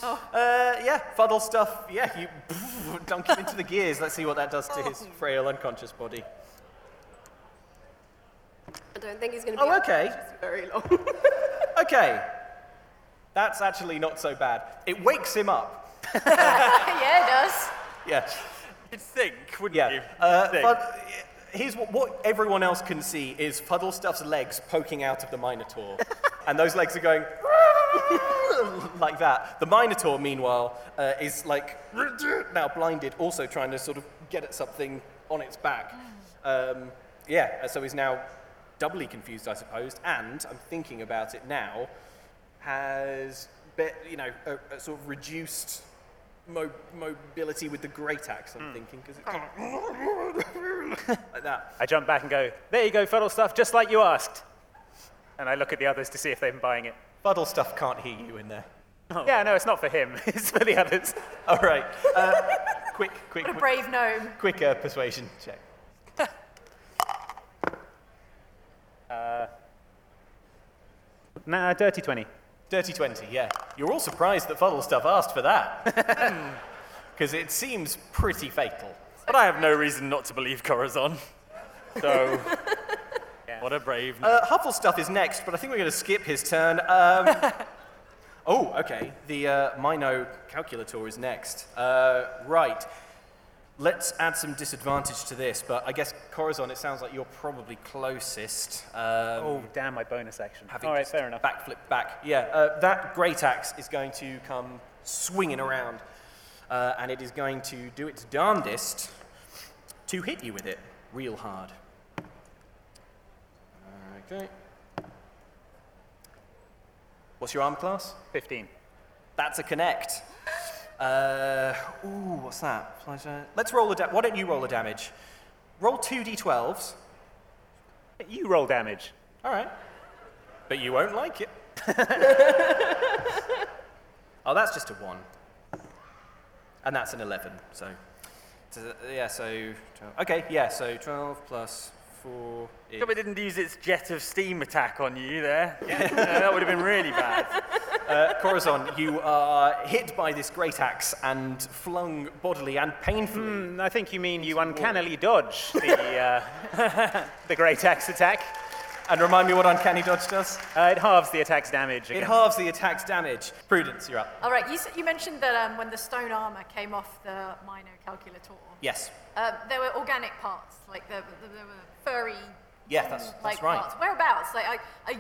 D: Uh, yeah, fuddle stuff. Yeah, you dunk him into the gears. Let's see what that does to his frail, unconscious body.
C: I don't think he's going to be
D: Oh, okay.
C: unconscious very long.
D: Okay. That's actually not so bad. It wakes him up.
G: yeah, it does.
D: Yeah.
F: You'd think, wouldn't you?
D: Yeah. Uh,
F: Think.
D: Fud- here's what, what everyone else can see is fuddle stuff's legs poking out of the Minotaur. and those legs are going like that. The Minotaur, meanwhile, uh, is like now blinded, also trying to sort of get at something on its back. Um, yeah, uh, so he's now doubly confused, I suppose. And I'm thinking about it now, has be, you know a, a sort of reduced mo- mobility with the great axe, I'm thinking, because it's like that.
E: I jump back and go, there you go, fuddle stuff, just like you asked. And I look at the others to see if they've been buying it.
D: Fuddle stuff can't hear you in there.
E: Yeah, no, it's not for him. it's for the others.
D: All right. Uh, quick, quick,
G: What
D: quick,
G: a brave gnome.
D: quick uh, persuasion check.
E: Nah, dirty 20.
D: Dirty 20, yeah. You're all surprised that Fuddle Stuff asked for that. Because it seems pretty fatal.
F: But I have no reason not to believe Corazon. So, what a brave.
D: Uh, Huffle Stuff is next, but I think we're going to skip his turn. Um, oh, okay. The uh, Mino Calculator is next. Uh, right. Let's add some disadvantage to this, but I guess Corazon, it sounds like you're probably closest. Um,
E: Oh, damn, my bonus action.
D: having
E: All right,
D: just
E: fair enough.
D: backflip back. Yeah, uh, that great axe is going to come swinging around, uh, and it is going to do its darndest to hit you with it real hard. Okay. What's your arm class?
E: 15.
D: That's a connect. Uh, ooh, what's that? Pleasure. Let's roll a da- Why don't you roll a damage? Roll two d12s.
E: You roll damage.
D: All right. But you won't like it. oh, that's just a one. And that's an 11, so. so, yeah, so. 12. Okay, yeah, so 12 plus 4 is.
F: Hope it didn't use its jet of steam attack on you there. No, that would have been really bad.
D: Uh, Corazon, you are hit by this great axe and flung bodily and painfully.
E: Mm, I think you mean you uncannily dodge the, uh, the great axe attack.
D: And remind me what Uncanny Dodge does?
E: Uh, it halves the attack's damage.
D: It
E: again.
D: halves the attack's damage. Prudence, you're up.
G: All right, you, s- you mentioned that um, when the stone armor came off the minor calculator,
D: Yes.
G: uh, there were organic parts, like there, were- there were furry,
D: Yeah, that's,
G: like
D: that's right.
G: parts. Whereabouts? Like I, I,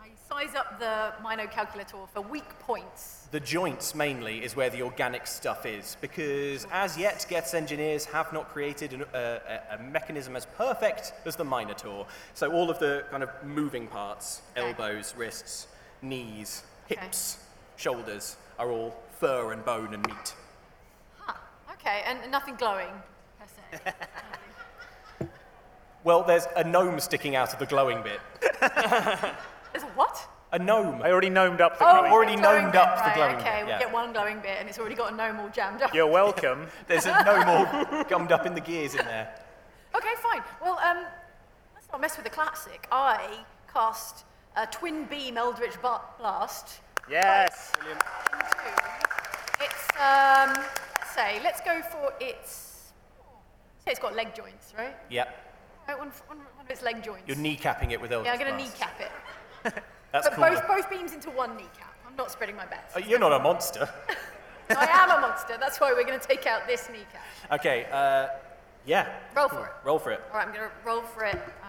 G: I size up the minor calculator for weak points.
D: The joints mainly is where the organic stuff is, because as yet, Geth's engineers have not created an, uh, a a mechanism as perfect as the Minotaur. So all of the kind of moving parts,
G: Okay.
D: elbows, wrists, knees, hips, shoulders, are all fur and bone and meat.
G: Huh. Okay, and nothing glowing per se.
D: Well, there's a gnome sticking out of the glowing bit.
G: There's a what?
D: A gnome.
E: I already gnomed up the
G: we've
E: glowing.
D: already
G: got glowing
D: gnomed
G: bit,
D: up the
G: right,
D: glowing
G: Okay,
D: bit,
G: we
D: yeah.
G: get one glowing bit, and it's already got a gnome all jammed up.
E: You're welcome.
D: There's a gnome all gummed up in the gears in there.
G: Okay, fine. Well, um, let's not mess with the classic. I cast a twin beam Eldritch Ba- Blast.
E: Yes.
G: It's um, let's say let's go for its. Say it's got leg joints, right?
D: Yep.
G: Right, one, one, one of its leg joints.
D: You're kneecapping it with Eldritch
G: yeah, I'm gonna
D: Blast.
G: kneecap it.
D: That's
G: But
D: cool.
G: both both beams into one kneecap. I'm not spreading my bets.
D: Uh, You're not a monster.
G: I am a monster. That's why we're gonna take out this kneecap.
D: Okay, uh, yeah.
G: Roll for it.
D: Roll for it.
G: All right, I'm gonna roll for it. Uh,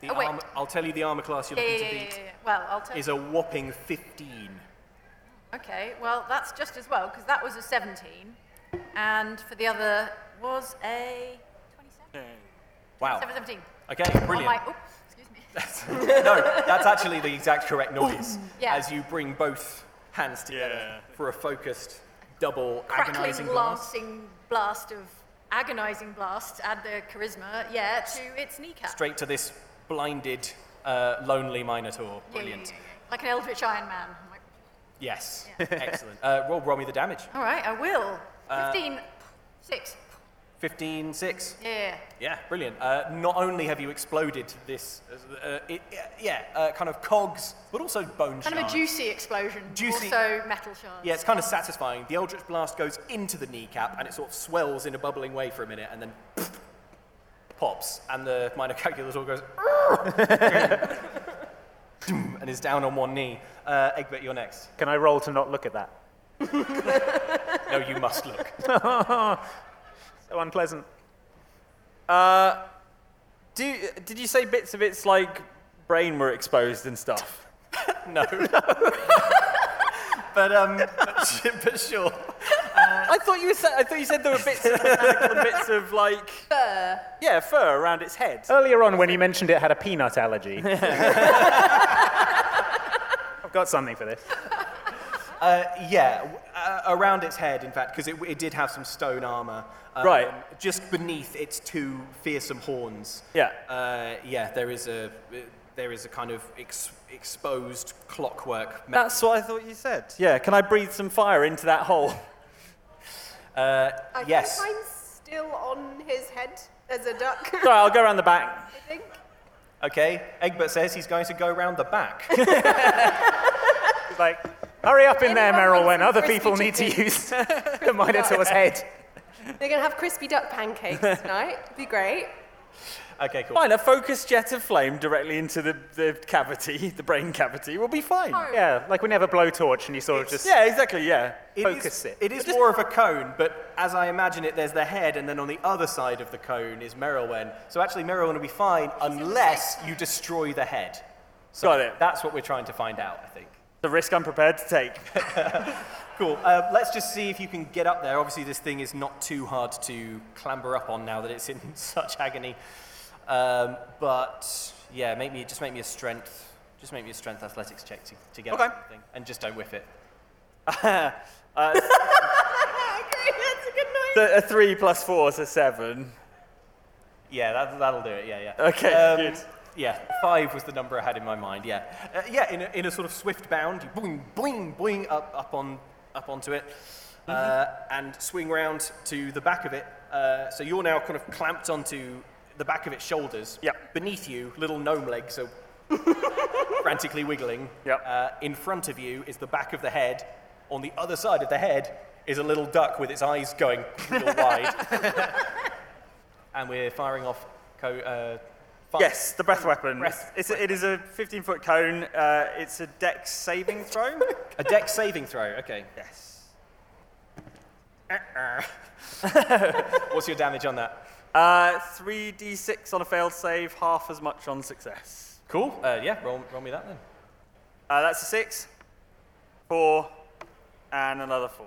D: The
G: Oh, wait.
D: arm- I'll tell you the armor class you're
G: yeah, yeah,
D: looking
G: yeah,
D: to
G: yeah,
D: beat
G: yeah, yeah. Well, I'll tell.
D: is a whopping 15.
G: Okay, well, that's just as well, because that was a 17. And for the other was a 27?
D: Wow.
G: 17.
D: Okay,
G: On
D: brilliant.
G: my, oops, excuse me.
D: no, that's actually the exact correct noise
G: Yeah.
D: as you bring both hands together for a focused, double, agonizing
G: Crackling,
D: blast.
G: blasting blast of agonizing blast, add the charisma, yeah, to its kneecap.
D: Straight to this blinded, uh, lonely Minotaur.
G: Yeah, yeah, yeah,
D: Brilliant.
G: yeah, yeah. Like an Eldritch Iron Man. I'm like,
D: Yes, excellent. Uh, roll, roll me the damage.
G: All right, I will.
D: Uh,
G: 15, 6.
D: 15, 6.
G: Yeah.
D: Yeah, brilliant. Uh, not only have you exploded this, uh, it, yeah, uh, kind of cogs, but also bone
G: Kind of a
D: shards.
G: juicy explosion.
D: Juicy.
G: Also metal shards.
D: Yeah, it's kind of satisfying. The Eldritch Blast goes into the kneecap and it sort of swells in a bubbling way for a minute and then pops. And the minor calculus all goes "Arrgh!" and is down on one knee. Uh, Egbert, you're next.
E: Can I roll to not look at that?
D: No, you must look.
E: So unpleasant.
F: Uh, Do, did you say bits of its like brain were exposed and stuff?
D: No. but, um, but, sh- but sure.
F: I thought you said I thought you said there were bits of mechanical and bits of like fur. Yeah, fur around its head.
E: Earlier on, when you mentioned it had a peanut allergy. I've got something for this.
D: Uh, yeah, w- uh, around its head, in fact, because it, it did have some stone armor. Um,
F: Right.
D: Just beneath its two fearsome horns.
F: Yeah.
D: Uh, yeah, there is a there is a kind of ex- exposed clockwork. me-
F: That's what I thought you said. Yeah, can I breathe some fire into that hole?
C: I
D: Yes.
C: think I'm still on his head as a duck.
F: Sorry, I'll go around the back.
C: I think.
D: okay, Egbert says he's going to go round the back.
E: It's like, hurry up in there,
C: Anyone
E: Meryl,
C: want
E: when
C: some
E: other
C: crispy
E: people need to
C: chicken?
E: use the Minotaur's head.
C: They're gonna have crispy duck pancakes tonight. Be great.
D: okay, cool.
F: Fine, a focused jet of flame directly into the, the cavity, the brain cavity, will be fine.
E: Yeah, like when you have a blowtorch and you sort of just.
F: Yeah, exactly, yeah.
D: It is-
E: focus it.
D: It is more of a cone, but as I imagine it, there's the head, and then on the other side of the cone is Merylwen. So actually, Merylwen will be fine unless you destroy the head. So
F: Got it.
D: That's what we're trying to find out, I think.
F: The risk I'm prepared to take.
D: Cool. Uh, let's just see if you can get up there. Obviously, this thing is not too hard to clamber up on now that it's in such agony. Um, but yeah, make me just make me a strength. Just make me a strength athletics check to, to get up
F: Okay.
D: on the thing, and just don't whiff it.
C: Great, that's a good noise.
F: The- a three plus four is a seven.
D: Yeah, that, that'll do it. Yeah, yeah.
F: Okay, good.
D: Yeah, five was the number I had in my mind. Yeah, uh, yeah. In a, in a sort of swift bound, you boing, boing, boing up, up on, up onto it, uh,
F: Mm-hmm.
D: and swing round to the back of it. Uh, so you're now kind of clamped onto the back of its shoulders.
F: Yep.
D: Beneath you, little gnome legs are frantically wiggling.
F: Yep.
D: Uh, in front of you is the back of the head. On the other side of the head is a little duck with its eyes going real wide and we're firing off. Co- uh, fire.
F: Yes, the breath weapon.
D: Breath
F: it's a, it is a 15 foot cone. Uh, it's a dex saving throw.
D: A deck saving throw. Okay.
F: yes.
D: What's your damage on that?
F: Uh, 3d6 on a failed save, half as much on success.
D: Cool. Uh, yeah. Roll, roll me that then.
F: Uh, that's a six, four, and another four.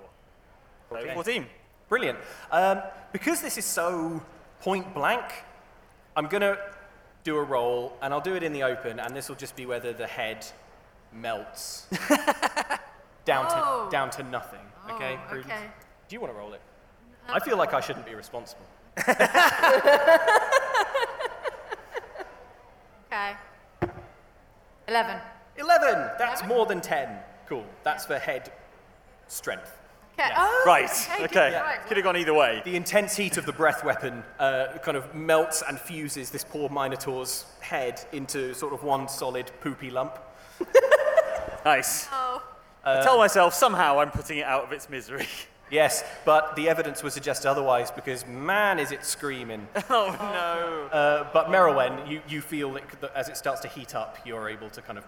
F: So
D: Okay.
F: 14.
D: Brilliant. Um, because this is so point blank, I'm gonna do a roll, and I'll do it in the open, and this will just be whether the head melts down
G: Oh.
D: to down to nothing. Okay.
G: Oh,
D: Prudence?
G: okay. Uh,
D: Do you want to roll it? I feel like I shouldn't be responsible.
G: Okay. Eleven.
D: 11! That's more than 10. Cool. That's for head strength.
G: Okay. Oh,
F: Right,
G: Okay.
F: okay.
G: good, Right.
F: Could have gone either way.
D: The intense heat of the breath weapon uh, kind of melts and fuses this poor Minotaur's head into sort of one solid poopy lump.
F: Nice.
E: Uh,
F: I tell myself somehow I'm putting it out of its misery.
D: Yes, but the evidence would suggest otherwise because man is it screaming.
F: oh no.
D: Uh, but Merylwen, you, you feel that c- that as it starts to heat up, you're able to kind of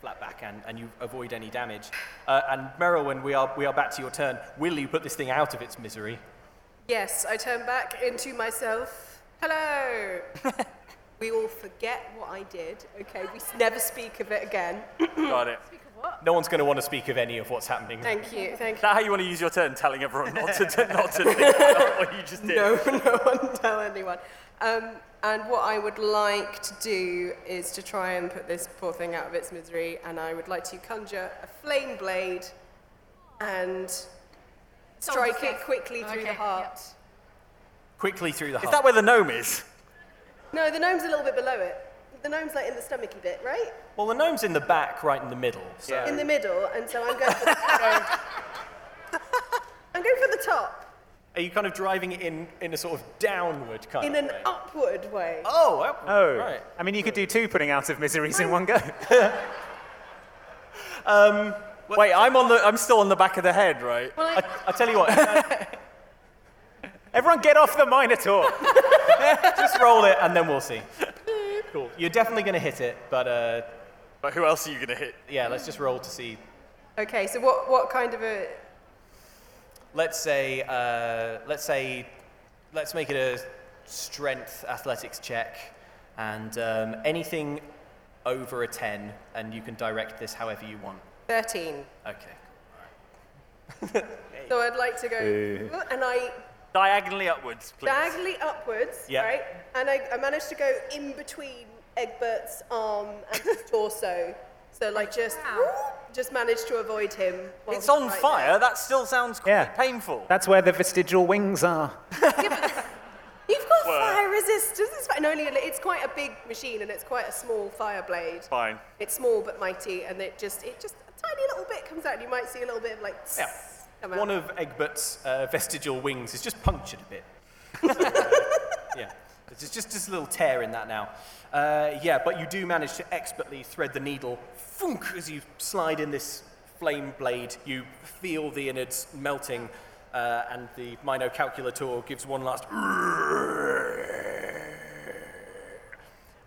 D: flat back and, and you avoid any damage. Uh, and Merylwen, we are, we are back to your turn. Will you put this thing out of its misery?
C: Yes, I turn back into myself. Hello. we all forget what I did. Okay, we s- never speak of it again.
F: Got it. Is
D: No one's going to want to speak of any of what's happening.
C: Thank you. Thank you.
F: that how you want to use your turn, telling everyone not to, not to think about what you just did?
C: No, no one tell anyone. Um, and what I would like to do is to try and put this poor thing out of its misery, and I would like to conjure a flame blade and strike it quickly through
G: Okay,
C: the
G: yeah.
C: heart.
D: Quickly through the
F: Is
D: heart.
F: that where the gnome is?
C: No, the gnome's a little bit below it. The gnome's like in the stomachy bit, right?
D: Well, the gnome's in the back, right in the middle. So
C: In the middle, and so I'm going for the I'm going for the top
D: are you kind of driving it in, in a sort of downward kind
C: in
D: of
C: an
D: way?
C: upward way.
D: Oh, up-
E: Oh.
D: right.
E: I mean, you could do two putting out of miseries in one go.
F: Wait, I'm on the. I'm still on the back of the head, right?
D: I, I tell you what,
E: Everyone get off the Minotaur.
D: just roll it and then we'll see. Cool. You're definitely going to hit it, but uh,
F: But who else are you gonna hit?
D: yeah, let's just roll to see.
C: Okay, so what, what kind of a.
D: Let's say, uh, let's say, let's make it a strength athletics check, and um, anything over a ten, and you can direct this however you want.
C: 13.
D: Okay.
C: So I'd like to go. And I
F: Diagonally upwards, please.
C: diagonally upwards,
D: Yeah.
C: right? And I, I managed to go in between Egbert's arm and his torso. So like just just managed to avoid him. while
F: It's
C: he was
F: on
C: right
F: fire. That still sounds quite
E: Yeah.
F: painful.
E: That's where the vestigial wings are.
C: there. You've got fire resistance. It's fine. Only it's quite a big machine and it's quite a small fire blade.
F: Fine.
C: It's small but mighty, and it just it just a tiny little bit comes out. and You might see a little bit of like
D: Yeah.
C: come out.
D: One of Egbert's uh, vestigial wings is just punctured a bit. So, uh, yeah. There's just, just a little tear in that now. Uh, yeah, but you do manage to expertly thread the needle funk, as you slide in this flame blade. You feel the innards melting, uh, and the Mino Calculator gives one last.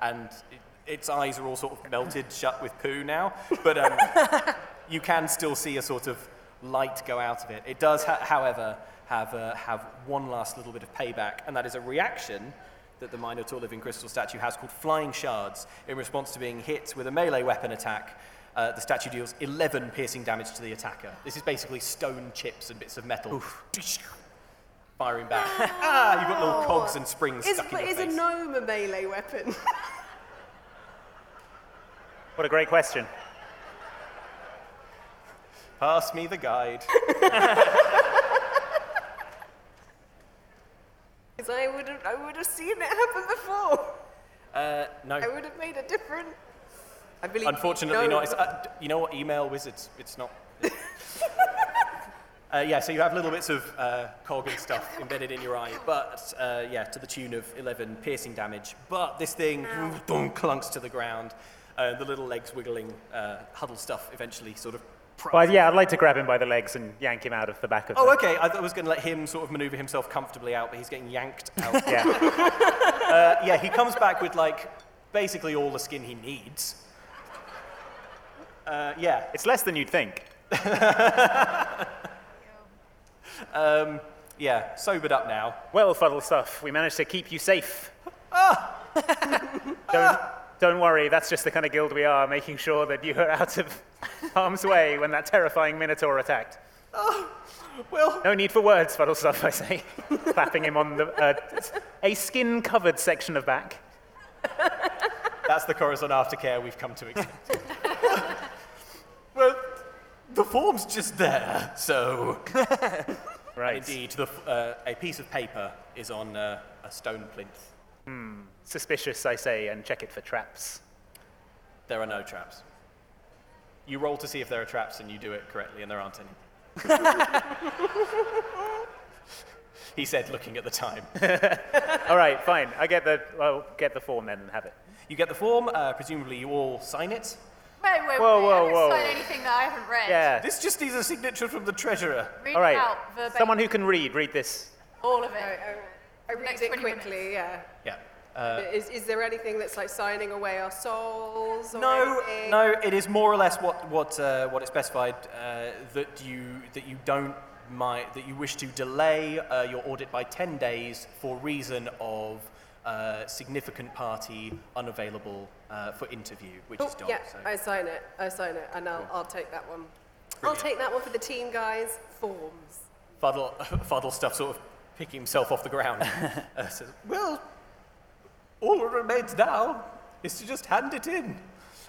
D: And it, its eyes are all sort of melted shut with poo now, but um, you can still see a sort of light go out of it. It does, ha- however, have, uh, have one last little bit of payback, and that is a reaction that the Minotaur Living Crystal statue has called Flying Shards. In response to being hit with a melee weapon attack, uh, the statue deals 11 piercing damage to the attacker. This is basically stone chips and bits of metal. Firing back. ah, you've got little cogs and springs
C: Is,
D: stuck in your
C: is a
D: face.
C: gnome a melee weapon?
E: What a great question.
D: Pass me the guide.
C: Because I would have, I would have seen it happen before.
D: Uh, no.
C: I would have made a different. I believe.
D: Unfortunately,
C: no.
D: not. It's, uh, d- you know what? Email wizards. It's not. uh, yeah, so you have little bits of uh, cog and stuff embedded in your eye, but uh, yeah, to the tune of 11 piercing damage. But this thing dunk, clunks to the ground. Uh, the little legs wiggling, uh, huddle stuff eventually sort of. pr-
E: Well, Uh, yeah, I'd like to grab him by the legs and yank him out of the back of
D: Oh,
E: the...
D: okay. I, thought I was going to let him sort of maneuver himself comfortably out, but he's getting yanked out. Uh,
E: Yeah.
D: yeah, he comes back with like basically all the skin he needs. Uh, yeah,
E: It's less than you'd think.
D: yeah, sobered up now.
E: Well, Fuddle Stuff, we managed to keep you safe.
D: Ah.
E: don't, don't worry, that's just the kind of guild we are, making sure that you are out of harm's way when that terrifying Minotaur attacked.
D: Well,
E: No need for words, Fuddle Stuff, I say, clapping him on the, uh, a skin covered section of back.
D: That's the Corazon aftercare we've come to expect. well, the form's just there, so.
E: Right.
D: Indeed, the, f- uh, a piece of paper is on uh, a stone plinth.
E: Suspicious, I say, and check it for traps.
D: There are no traps. You roll to see if there are traps, and you do it correctly, and there aren't any. he said, looking at the time.
E: All right, fine. I get the, well, get the form then and have it.
D: You get the form, uh, presumably, you all sign it.
G: Wait, wait, wait.
E: Whoa, whoa,
G: I
E: whoa.
G: don't sign anything that I haven't read.
E: Yeah.
D: This just needs a signature from the treasurer.
G: Read
E: All
G: it
E: right.
G: out verbatim.
E: Someone who can read, read this.
G: All of it.
C: I read
G: Next
C: it
G: 20
C: quickly. Yeah.
D: Yeah. Uh,
C: is, is there anything that's like signing away our souls? Or
D: No,
C: anything?
D: no, it is more or less what what uh, what it specified uh, that you that you don't mind that you wish to delay uh, your audit by ten days for reason of uh, significant party unavailable uh, for interview, which
C: Oh,
D: is Dom.
C: yeah,
D: so.
C: I sign it. I sign it, and I'll, I'll take that one.
D: Brilliant.
C: I'll take that one for the team, guys. Forms.
D: Fuddle, Fuddle stuff sort of picking himself off the ground. uh, says, well, all that remains now is to just hand it in.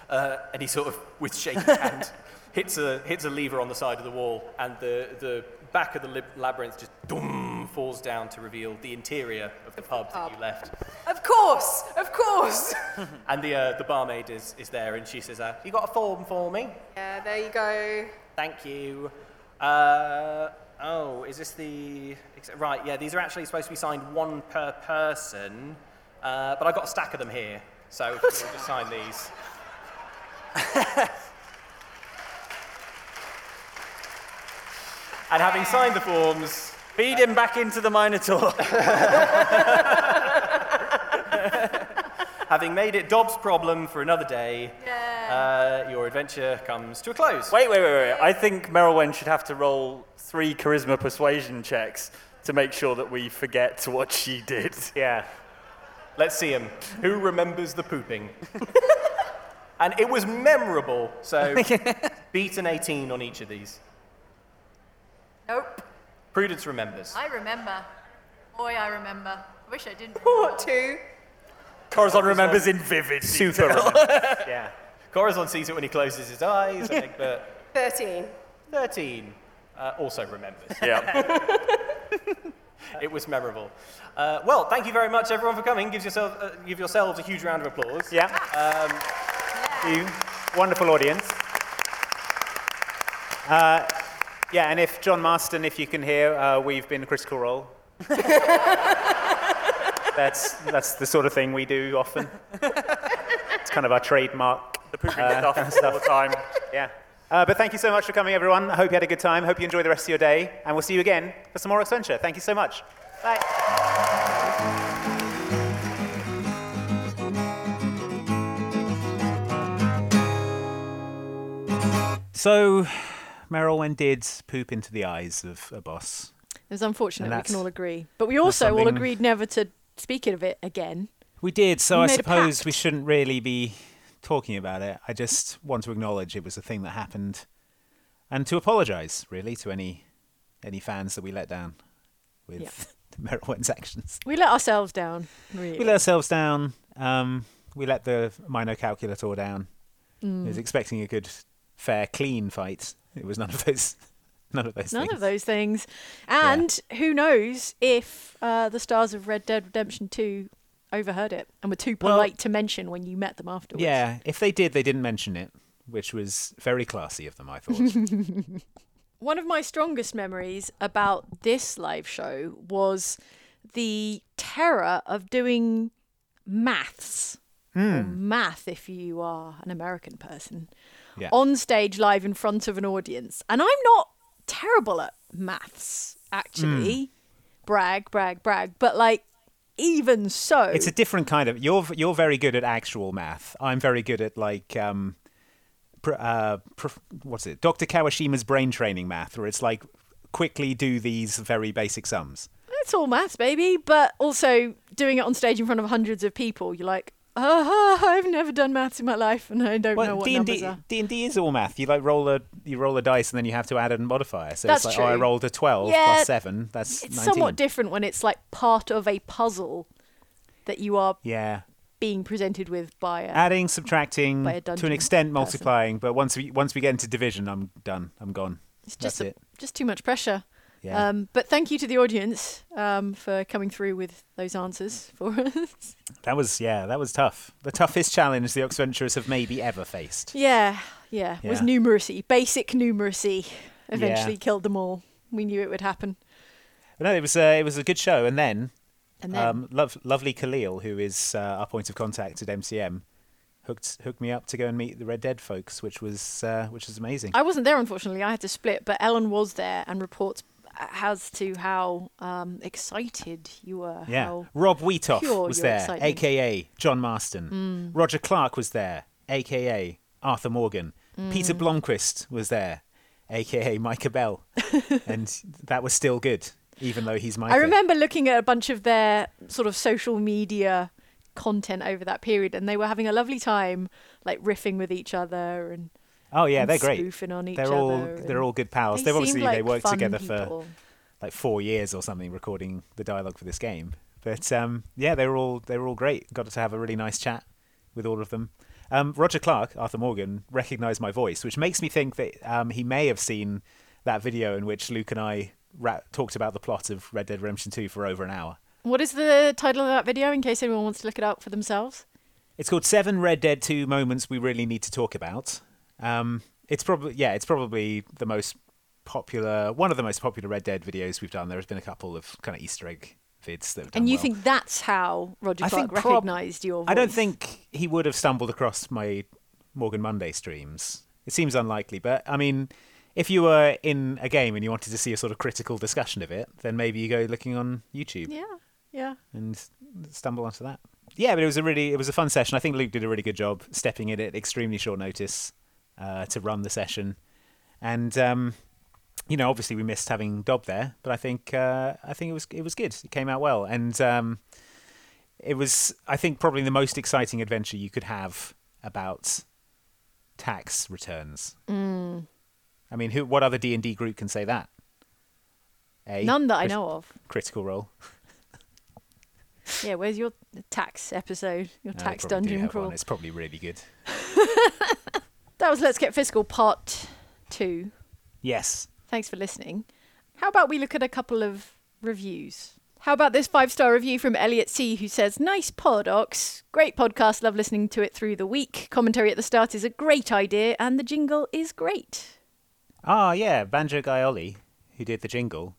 D: Uh, and he sort of, with shaking hand, hits a, hits a lever on the side of the wall, and the, the back of the lib- labyrinth just doom, falls down to reveal the interior of the pub that you left.
C: Of course, of course.
D: And the, uh, the barmaid is, is there, and she says, uh, You got a form for me?
C: yeah, there you go.
D: Thank you. Uh, oh, is this the. ex- Right, yeah, these are actually supposed to be signed one per person, uh, but I've got a stack of them here, so we'll just sign these. and having signed the forms,
F: Feed him back into the Minotaur.
D: having made it Dobbs' problem for another day, uh, your adventure comes to a close.
F: Wait, wait, wait, wait. I think Merylwen should have to roll three charisma persuasion checks to make sure that we forget what she did.
E: Yeah.
D: Let's see him. Who remembers the pooping? and it was memorable, so beat an 18 on each of these.
G: Nope.
D: Prudence remembers.
G: I remember. Boy, I remember. I wish I didn't.
C: What two?
F: Corazon remembers in vivid
E: Super.
F: detail.
E: yeah.
D: Corazon sees it when he closes his eyes, and Egbert,
C: 13.
D: 13, uh, also remembers.
F: Yeah.
D: It was memorable. Uh, well, thank you very much, everyone, for coming. Give, yourself, uh, give yourselves a huge round of applause.
E: Yeah. you. Wonderful audience. Uh, yeah, and if John Marston, if you can hear, uh, we've been Critical Role. that's, that's the sort of thing we do often. It's kind of our trademark.
F: The pooping stuff, all the time.
E: Yeah. Uh, but thank you so much for coming, everyone. I hope you had a good time. Hope you enjoy the rest of your day. And we'll see you again for some more adventure. Thank you so much. Bye.
B: So, Meryl, when did poop into the eyes of a boss?
A: It was unfortunate.
B: And
A: We
B: that's-
A: can all agree, but we also all
B: something-
A: agreed never to speak of it again.
B: We did, so
A: We
B: I
A: made a
B: suppose
A: pact.
B: we shouldn't really be talking about it. I just want to acknowledge it was a thing that happened, and to apologise really to any any fans that we let down with Meryl Wynn's actions.
A: We let ourselves down. Really.
B: We let ourselves down. Um, we let the Mino Calculator down. I
A: Mm.
B: was expecting a good, fair, clean fight. It was none of those. None of those.
A: None
B: things.
A: of those things. And who knows if uh, the stars of Red Dead Redemption 2 overheard it and were too
B: Well-
A: polite to mention when you met them afterwards.
B: Yeah, if they did, they didn't mention it, which was very classy of them, I thought.
A: One of my strongest memories about this live show was the terror of doing maths. Or math, if you are an American person,
B: Hmm. Yeah.
A: on stage live in front of an audience. And I'm not terrible at maths, actually.
B: Hmm.
A: Brag, brag, brag. But like, even so,
B: it's a different kind of you're you're very good at actual math i'm very good at like um pr- uh, pr- what's it dr kawashima's brain training math where it's like quickly do these very basic sums
A: it's all maths, baby. But also doing it on stage in front of hundreds of people, you're like, oh, I've never done maths in my life, and I don't know what numbers
B: d&d
A: are.
B: d&d is all math you like roll a you roll a dice and then you have to add a modifier so
A: That's
B: it's like oh i
A: true.
B: rolled a 12
A: Yeah,
B: plus 7 that's
A: It's
B: 19
A: somewhat different when it's like part of a puzzle that you are
B: yeah
A: being presented with by a.
B: adding subtracting
A: By a
B: to
A: dungeon
B: an extent
A: person.
B: multiplying but once we once we get into division i'm done i'm gone
A: it's just
B: that's
A: a-
B: it
A: just too much pressure.
B: Yeah.
A: Um, but thank you to the audience um, for coming through with those answers for us.
B: That was yeah, that was tough. The toughest challenge the Oxventurers have maybe ever faced.
A: yeah, yeah, It was
B: Yeah.
A: numeracy, basic numeracy, eventually
B: Yeah.
A: killed them all. We knew it would happen.
B: But no, it was a, it was a good show. And then,
A: And then
B: um, lov lovely Khalil, who is uh, our point of contact at MCM, hooked hooked me up to go and meet the Red Dead folks, which was uh, which was amazing.
A: I wasn't there, unfortunately. I had to split, but Ellen was there and reports as to how um, excited you were.
B: yeah,
A: How
B: Rob Wheatoff
A: pure
B: was
A: your
B: there,
A: excitement. Mm.
B: aka John Marston. Roger Clark was there, aka Arthur Morgan.
A: Mm.
B: Peter Blomquist was there, aka Micah Bell, and that was still good, even though he's Micah.
A: I remember looking at a bunch of their sort of social media content over that period, and they were having a lovely time, like riffing with each other and
B: Oh yeah,
A: and
B: they're great.
A: spoofing on each
B: they're all
A: other
B: they're
A: and
B: all good pals.
A: they
B: They are
A: seemed
B: obviously they
A: like
B: worked
A: fun
B: together for
A: people.
B: like four years or something, recording the dialogue for this game. But um, yeah, they were all they were all great. Got to have a really nice chat with all of them. Um, Roger Clark, Arthur Morgan, recognised my voice, which makes me think that um, he may have seen that video in which Luke and I ra- talked about the plot of Red Dead Redemption Two for over an hour.
A: What is the title of that video in case anyone wants to look it up for themselves?
B: It's called Seven Red Dead Two Moments We Really Need to Talk About. Um, it's probably yeah, it's probably the most popular, one of the most popular Red Dead videos we've done. There has been a couple of kind of Easter egg vids that. Have done
A: And you
B: well.
A: think that's how Roger
B: I
A: Clark
B: think prob-
A: recognised your voice?
B: I don't think he would have stumbled across my Morgan Monday streams. It seems unlikely, but I mean, if you were in a game and you wanted to see a sort of critical discussion of it, then maybe you go looking on YouTube
A: Yeah, yeah.
B: and stumble onto that. Yeah, but it was a really it was a fun session. I think Luke did a really good job stepping in at extremely short notice uh, to run the session, and um, you know obviously we missed having Dob there, but I think uh, I think it was it was good. It came out well, and um, it was I think probably the most exciting adventure you could have about tax returns.
A: Mm.
B: I mean, who what other D and D group can say that? A,
A: None that I
B: crit-
A: know of.
B: Critical role.
A: Yeah, where's your tax episode? Your
B: Uh, they
A: tax
B: Uh, probably do
A: dungeon
B: have one.
A: crawl?
B: It's probably really good.
A: That was Let's Get Fiscal Part 2.
B: Yes.
A: Thanks for listening. How about we look at a couple of reviews? How about this five star review from Elliot C., who says, Nice pod, Ox. Great podcast. Love listening to it through the week. Commentary at the start is a great idea, and the jingle is great.
B: Ah, yeah, Banjo Gaioli, who did the jingle,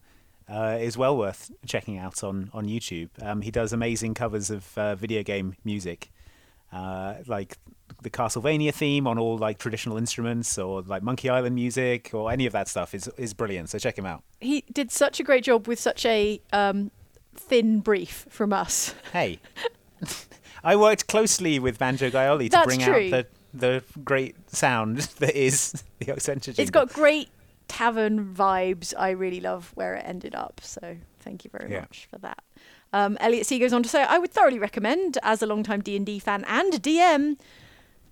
B: uh, is well worth checking out on on YouTube. Um, he does amazing covers of uh, video game music, uh, like the Castlevania theme on all like traditional instruments, or like Monkey Island music, or any of that stuff is is brilliant. So check him out.
A: He did such a great job with such a um, thin brief from us.
B: Hey, I worked closely with Banjo Gaioli to
A: That's
B: bring
A: true.
B: out the the great sound that is the Accenture jingle.
A: It's got great tavern vibes. I really love where it ended up. So thank you very
B: Yeah.
A: much for that. Um, Elliot C goes on to say, I would thoroughly recommend, as a long-time D&D fan and DM,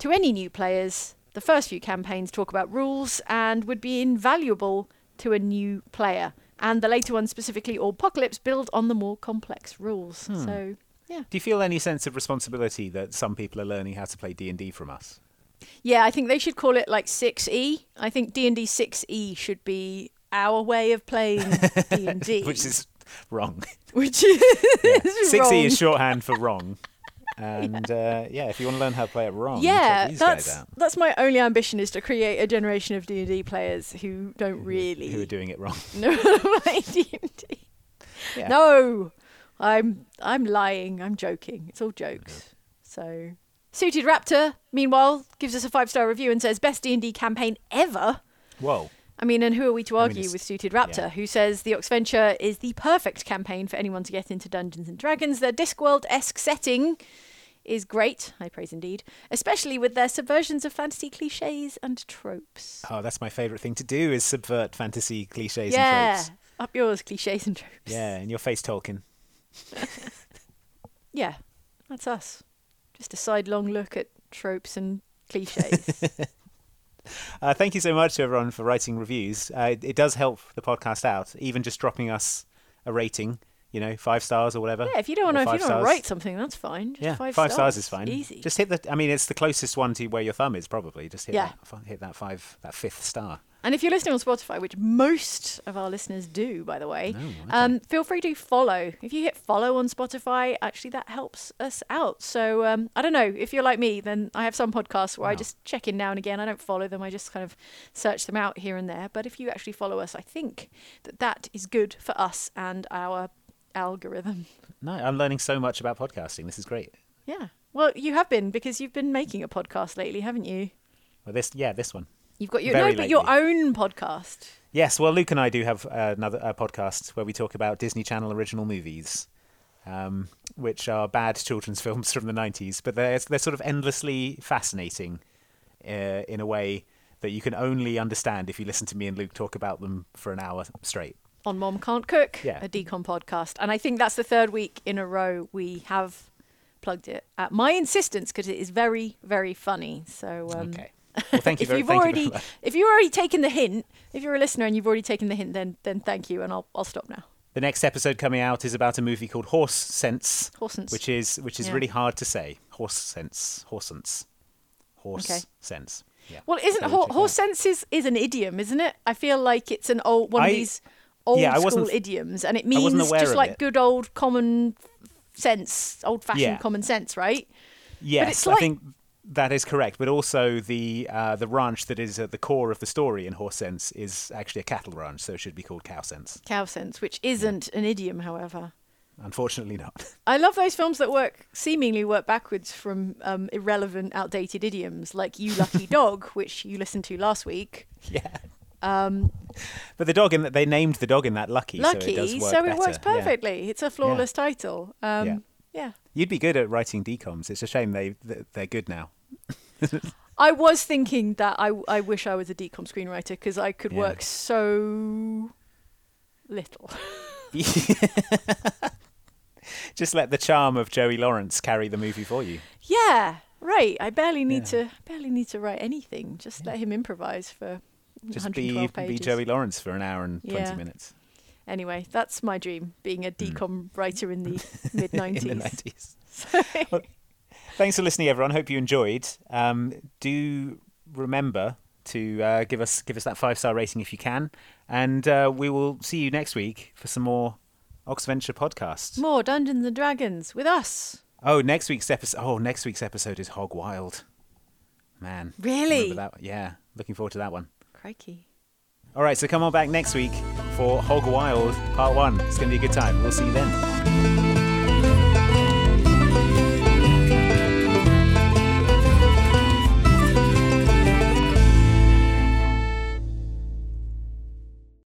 A: to any new players, the first few campaigns talk about rules and would be invaluable to a new player. And the later ones, specifically Apocalypse, build on the more complex rules. So, yeah.
B: Do you feel any sense of responsibility that some people are learning how to play D and D from us?
A: Yeah, I think they should call it like 6E. I think D&D 6E E should be our way of playing D&D.
B: Which is wrong.
A: which is
B: Six E
A: wrong.
B: is shorthand for wrong. And yeah. Uh, yeah, if you want to learn how to play it wrong, check
A: yeah.
B: these
A: That's
B: guys out
A: that's my only ambition is to create a generation of D and D players who don't really
B: who are doing it wrong.
A: know how to play D and D. No, I'm I'm lying. I'm joking. It's all
B: Mm-hmm.
A: jokes. So, suited raptor. Meanwhile, gives us a five star review and says best D and D campaign ever.
B: Whoa.
A: I mean, and who are we to argue
B: it's-
A: with Suited Raptor,
B: yeah.
A: who says the Oxventure is the perfect campaign for anyone to get into Dungeons and Dragons? Their Discworld esque setting is great, I praise indeed, especially with their subversions of fantasy cliches and tropes.
B: Oh, that's my favourite thing to do is subvert fantasy cliches
A: yeah,
B: and tropes.
A: up yours, cliches and tropes.
B: Yeah, in your face Tolkien.
A: Yeah, that's us. Just a sidelong look at tropes and cliches.
B: Uh, thank you so much to everyone for writing reviews. Uh, it, it does help the podcast out, even just dropping us a rating, you know, five stars or whatever.
A: yeah, if you don't
B: or
A: want to, if you
B: five
A: don't want to
B: stars.
A: write something, that's fine. Just
B: yeah,
A: five,
B: stars. is fine.
A: Easy.
B: Just hit the. I mean, it's the closest one to where your thumb is, probably. Just hit
A: Yeah.
B: that. fi- Hit that five. That fifth star.
A: And if you're listening on Spotify, which most of our listeners do, by the way, um, feel free to follow. If you hit follow on Spotify, actually that helps us out. So um, I don't know if you're like me, then I have some podcasts where I just check in now and again. I don't follow them; I just kind of search them out here and there. But if you actually follow us, I think that that is good for us and our algorithm.
B: No, I'm learning so much about podcasting. This is great.
A: Yeah. Well, you have been because you've been making a podcast lately, haven't you?
B: Well, this. Yeah, this one.
A: You've got your
B: Very
A: no, but your
B: lately.
A: own podcast.
B: Yes. Well, Luke and I do have uh, another uh, podcast where we talk about Disney Channel original movies, um, which are bad children's films from the '90s, but they're they're sort of endlessly fascinating, uh, in a way that you can only understand if you listen to me and Luke talk about them for an hour straight.
A: on Mom Can't Cook,
B: Yeah.
A: a decon podcast. And I think that's the third week in a row we have plugged it at my insistence because it is very, very funny. So, um,
B: Okay. Well, thank you
A: if
B: very,
A: you've
B: thank you very
A: already
B: much.
A: if you've already taken the hint, if you're a listener and you've already taken the hint, then then thank you, and I'll I'll stop now.
B: The next episode coming out is about a movie called Horse Sense,
A: Horse Sense.
B: which is which is
A: Yeah.
B: really hard to say. Horse Sense, Horse Sense, Horse
A: Okay.
B: Sense. Yeah.
A: Well, isn't
B: So
A: ho-
B: check it
A: horse
B: out.
A: sense is, is an idiom, isn't it? I feel like it's an old one
B: I-
A: of these old
B: yeah, I wasn't
A: school
B: f-
A: idioms, and it
B: I
A: means
B: wasn't aware
A: just
B: of
A: like
B: it.
A: good old common sense, old fashioned
B: Yeah.
A: common sense, right?
B: Yes,
A: it's
B: I
A: like-
B: think that is correct. But also the uh, the ranch that is at the core of the story in Horse Sense is actually a cattle ranch, so it should be called Cow Sense.
A: Cow sense, which isn't an idiom, however.
B: Unfortunately, not.
A: I love those films that work seemingly work backwards from um, irrelevant, outdated idioms, like "You Lucky Dog," which you listened to last week.
B: But the dog in that they named the dog in that Lucky, so it
A: Lucky,
B: does work better.
A: works
B: Yeah.
A: perfectly. It's a flawless title. Um,
B: Yeah.
A: yeah.
B: You'd be good at writing decoms. It's a shame they th- they're good now.
A: I was thinking that I, I wish I was a decom screenwriter because I could
B: Yeah.
A: work so little.
B: Just let the charm of Joey Lawrence carry the movie for you.
A: yeah, right. I barely need to barely need to write anything. Just let him improvise for
B: Just
A: 112
B: be,
A: pages.
B: be Joey Lawrence for an hour and 20
A: Yeah.
B: minutes
A: Anyway, that's my dream: being a decom writer in the mid
B: in the
A: nineties.
B: 90s. Thanks for listening, everyone. Hope you enjoyed. Um, do remember to uh, give us give us that five star rating if you can, and uh, we will see you next week for some more Oxventure podcasts.
A: More Dungeons and Dragons with us.
B: Oh, next week's episode. Oh, next week's episode is Hog Wild. Man,
A: Really?
B: remember that- Yeah, looking forward to that one.
A: Crikey.
B: All right, so come on back next week for Hog Wild Part One. It's going to be a good time. We'll see you then.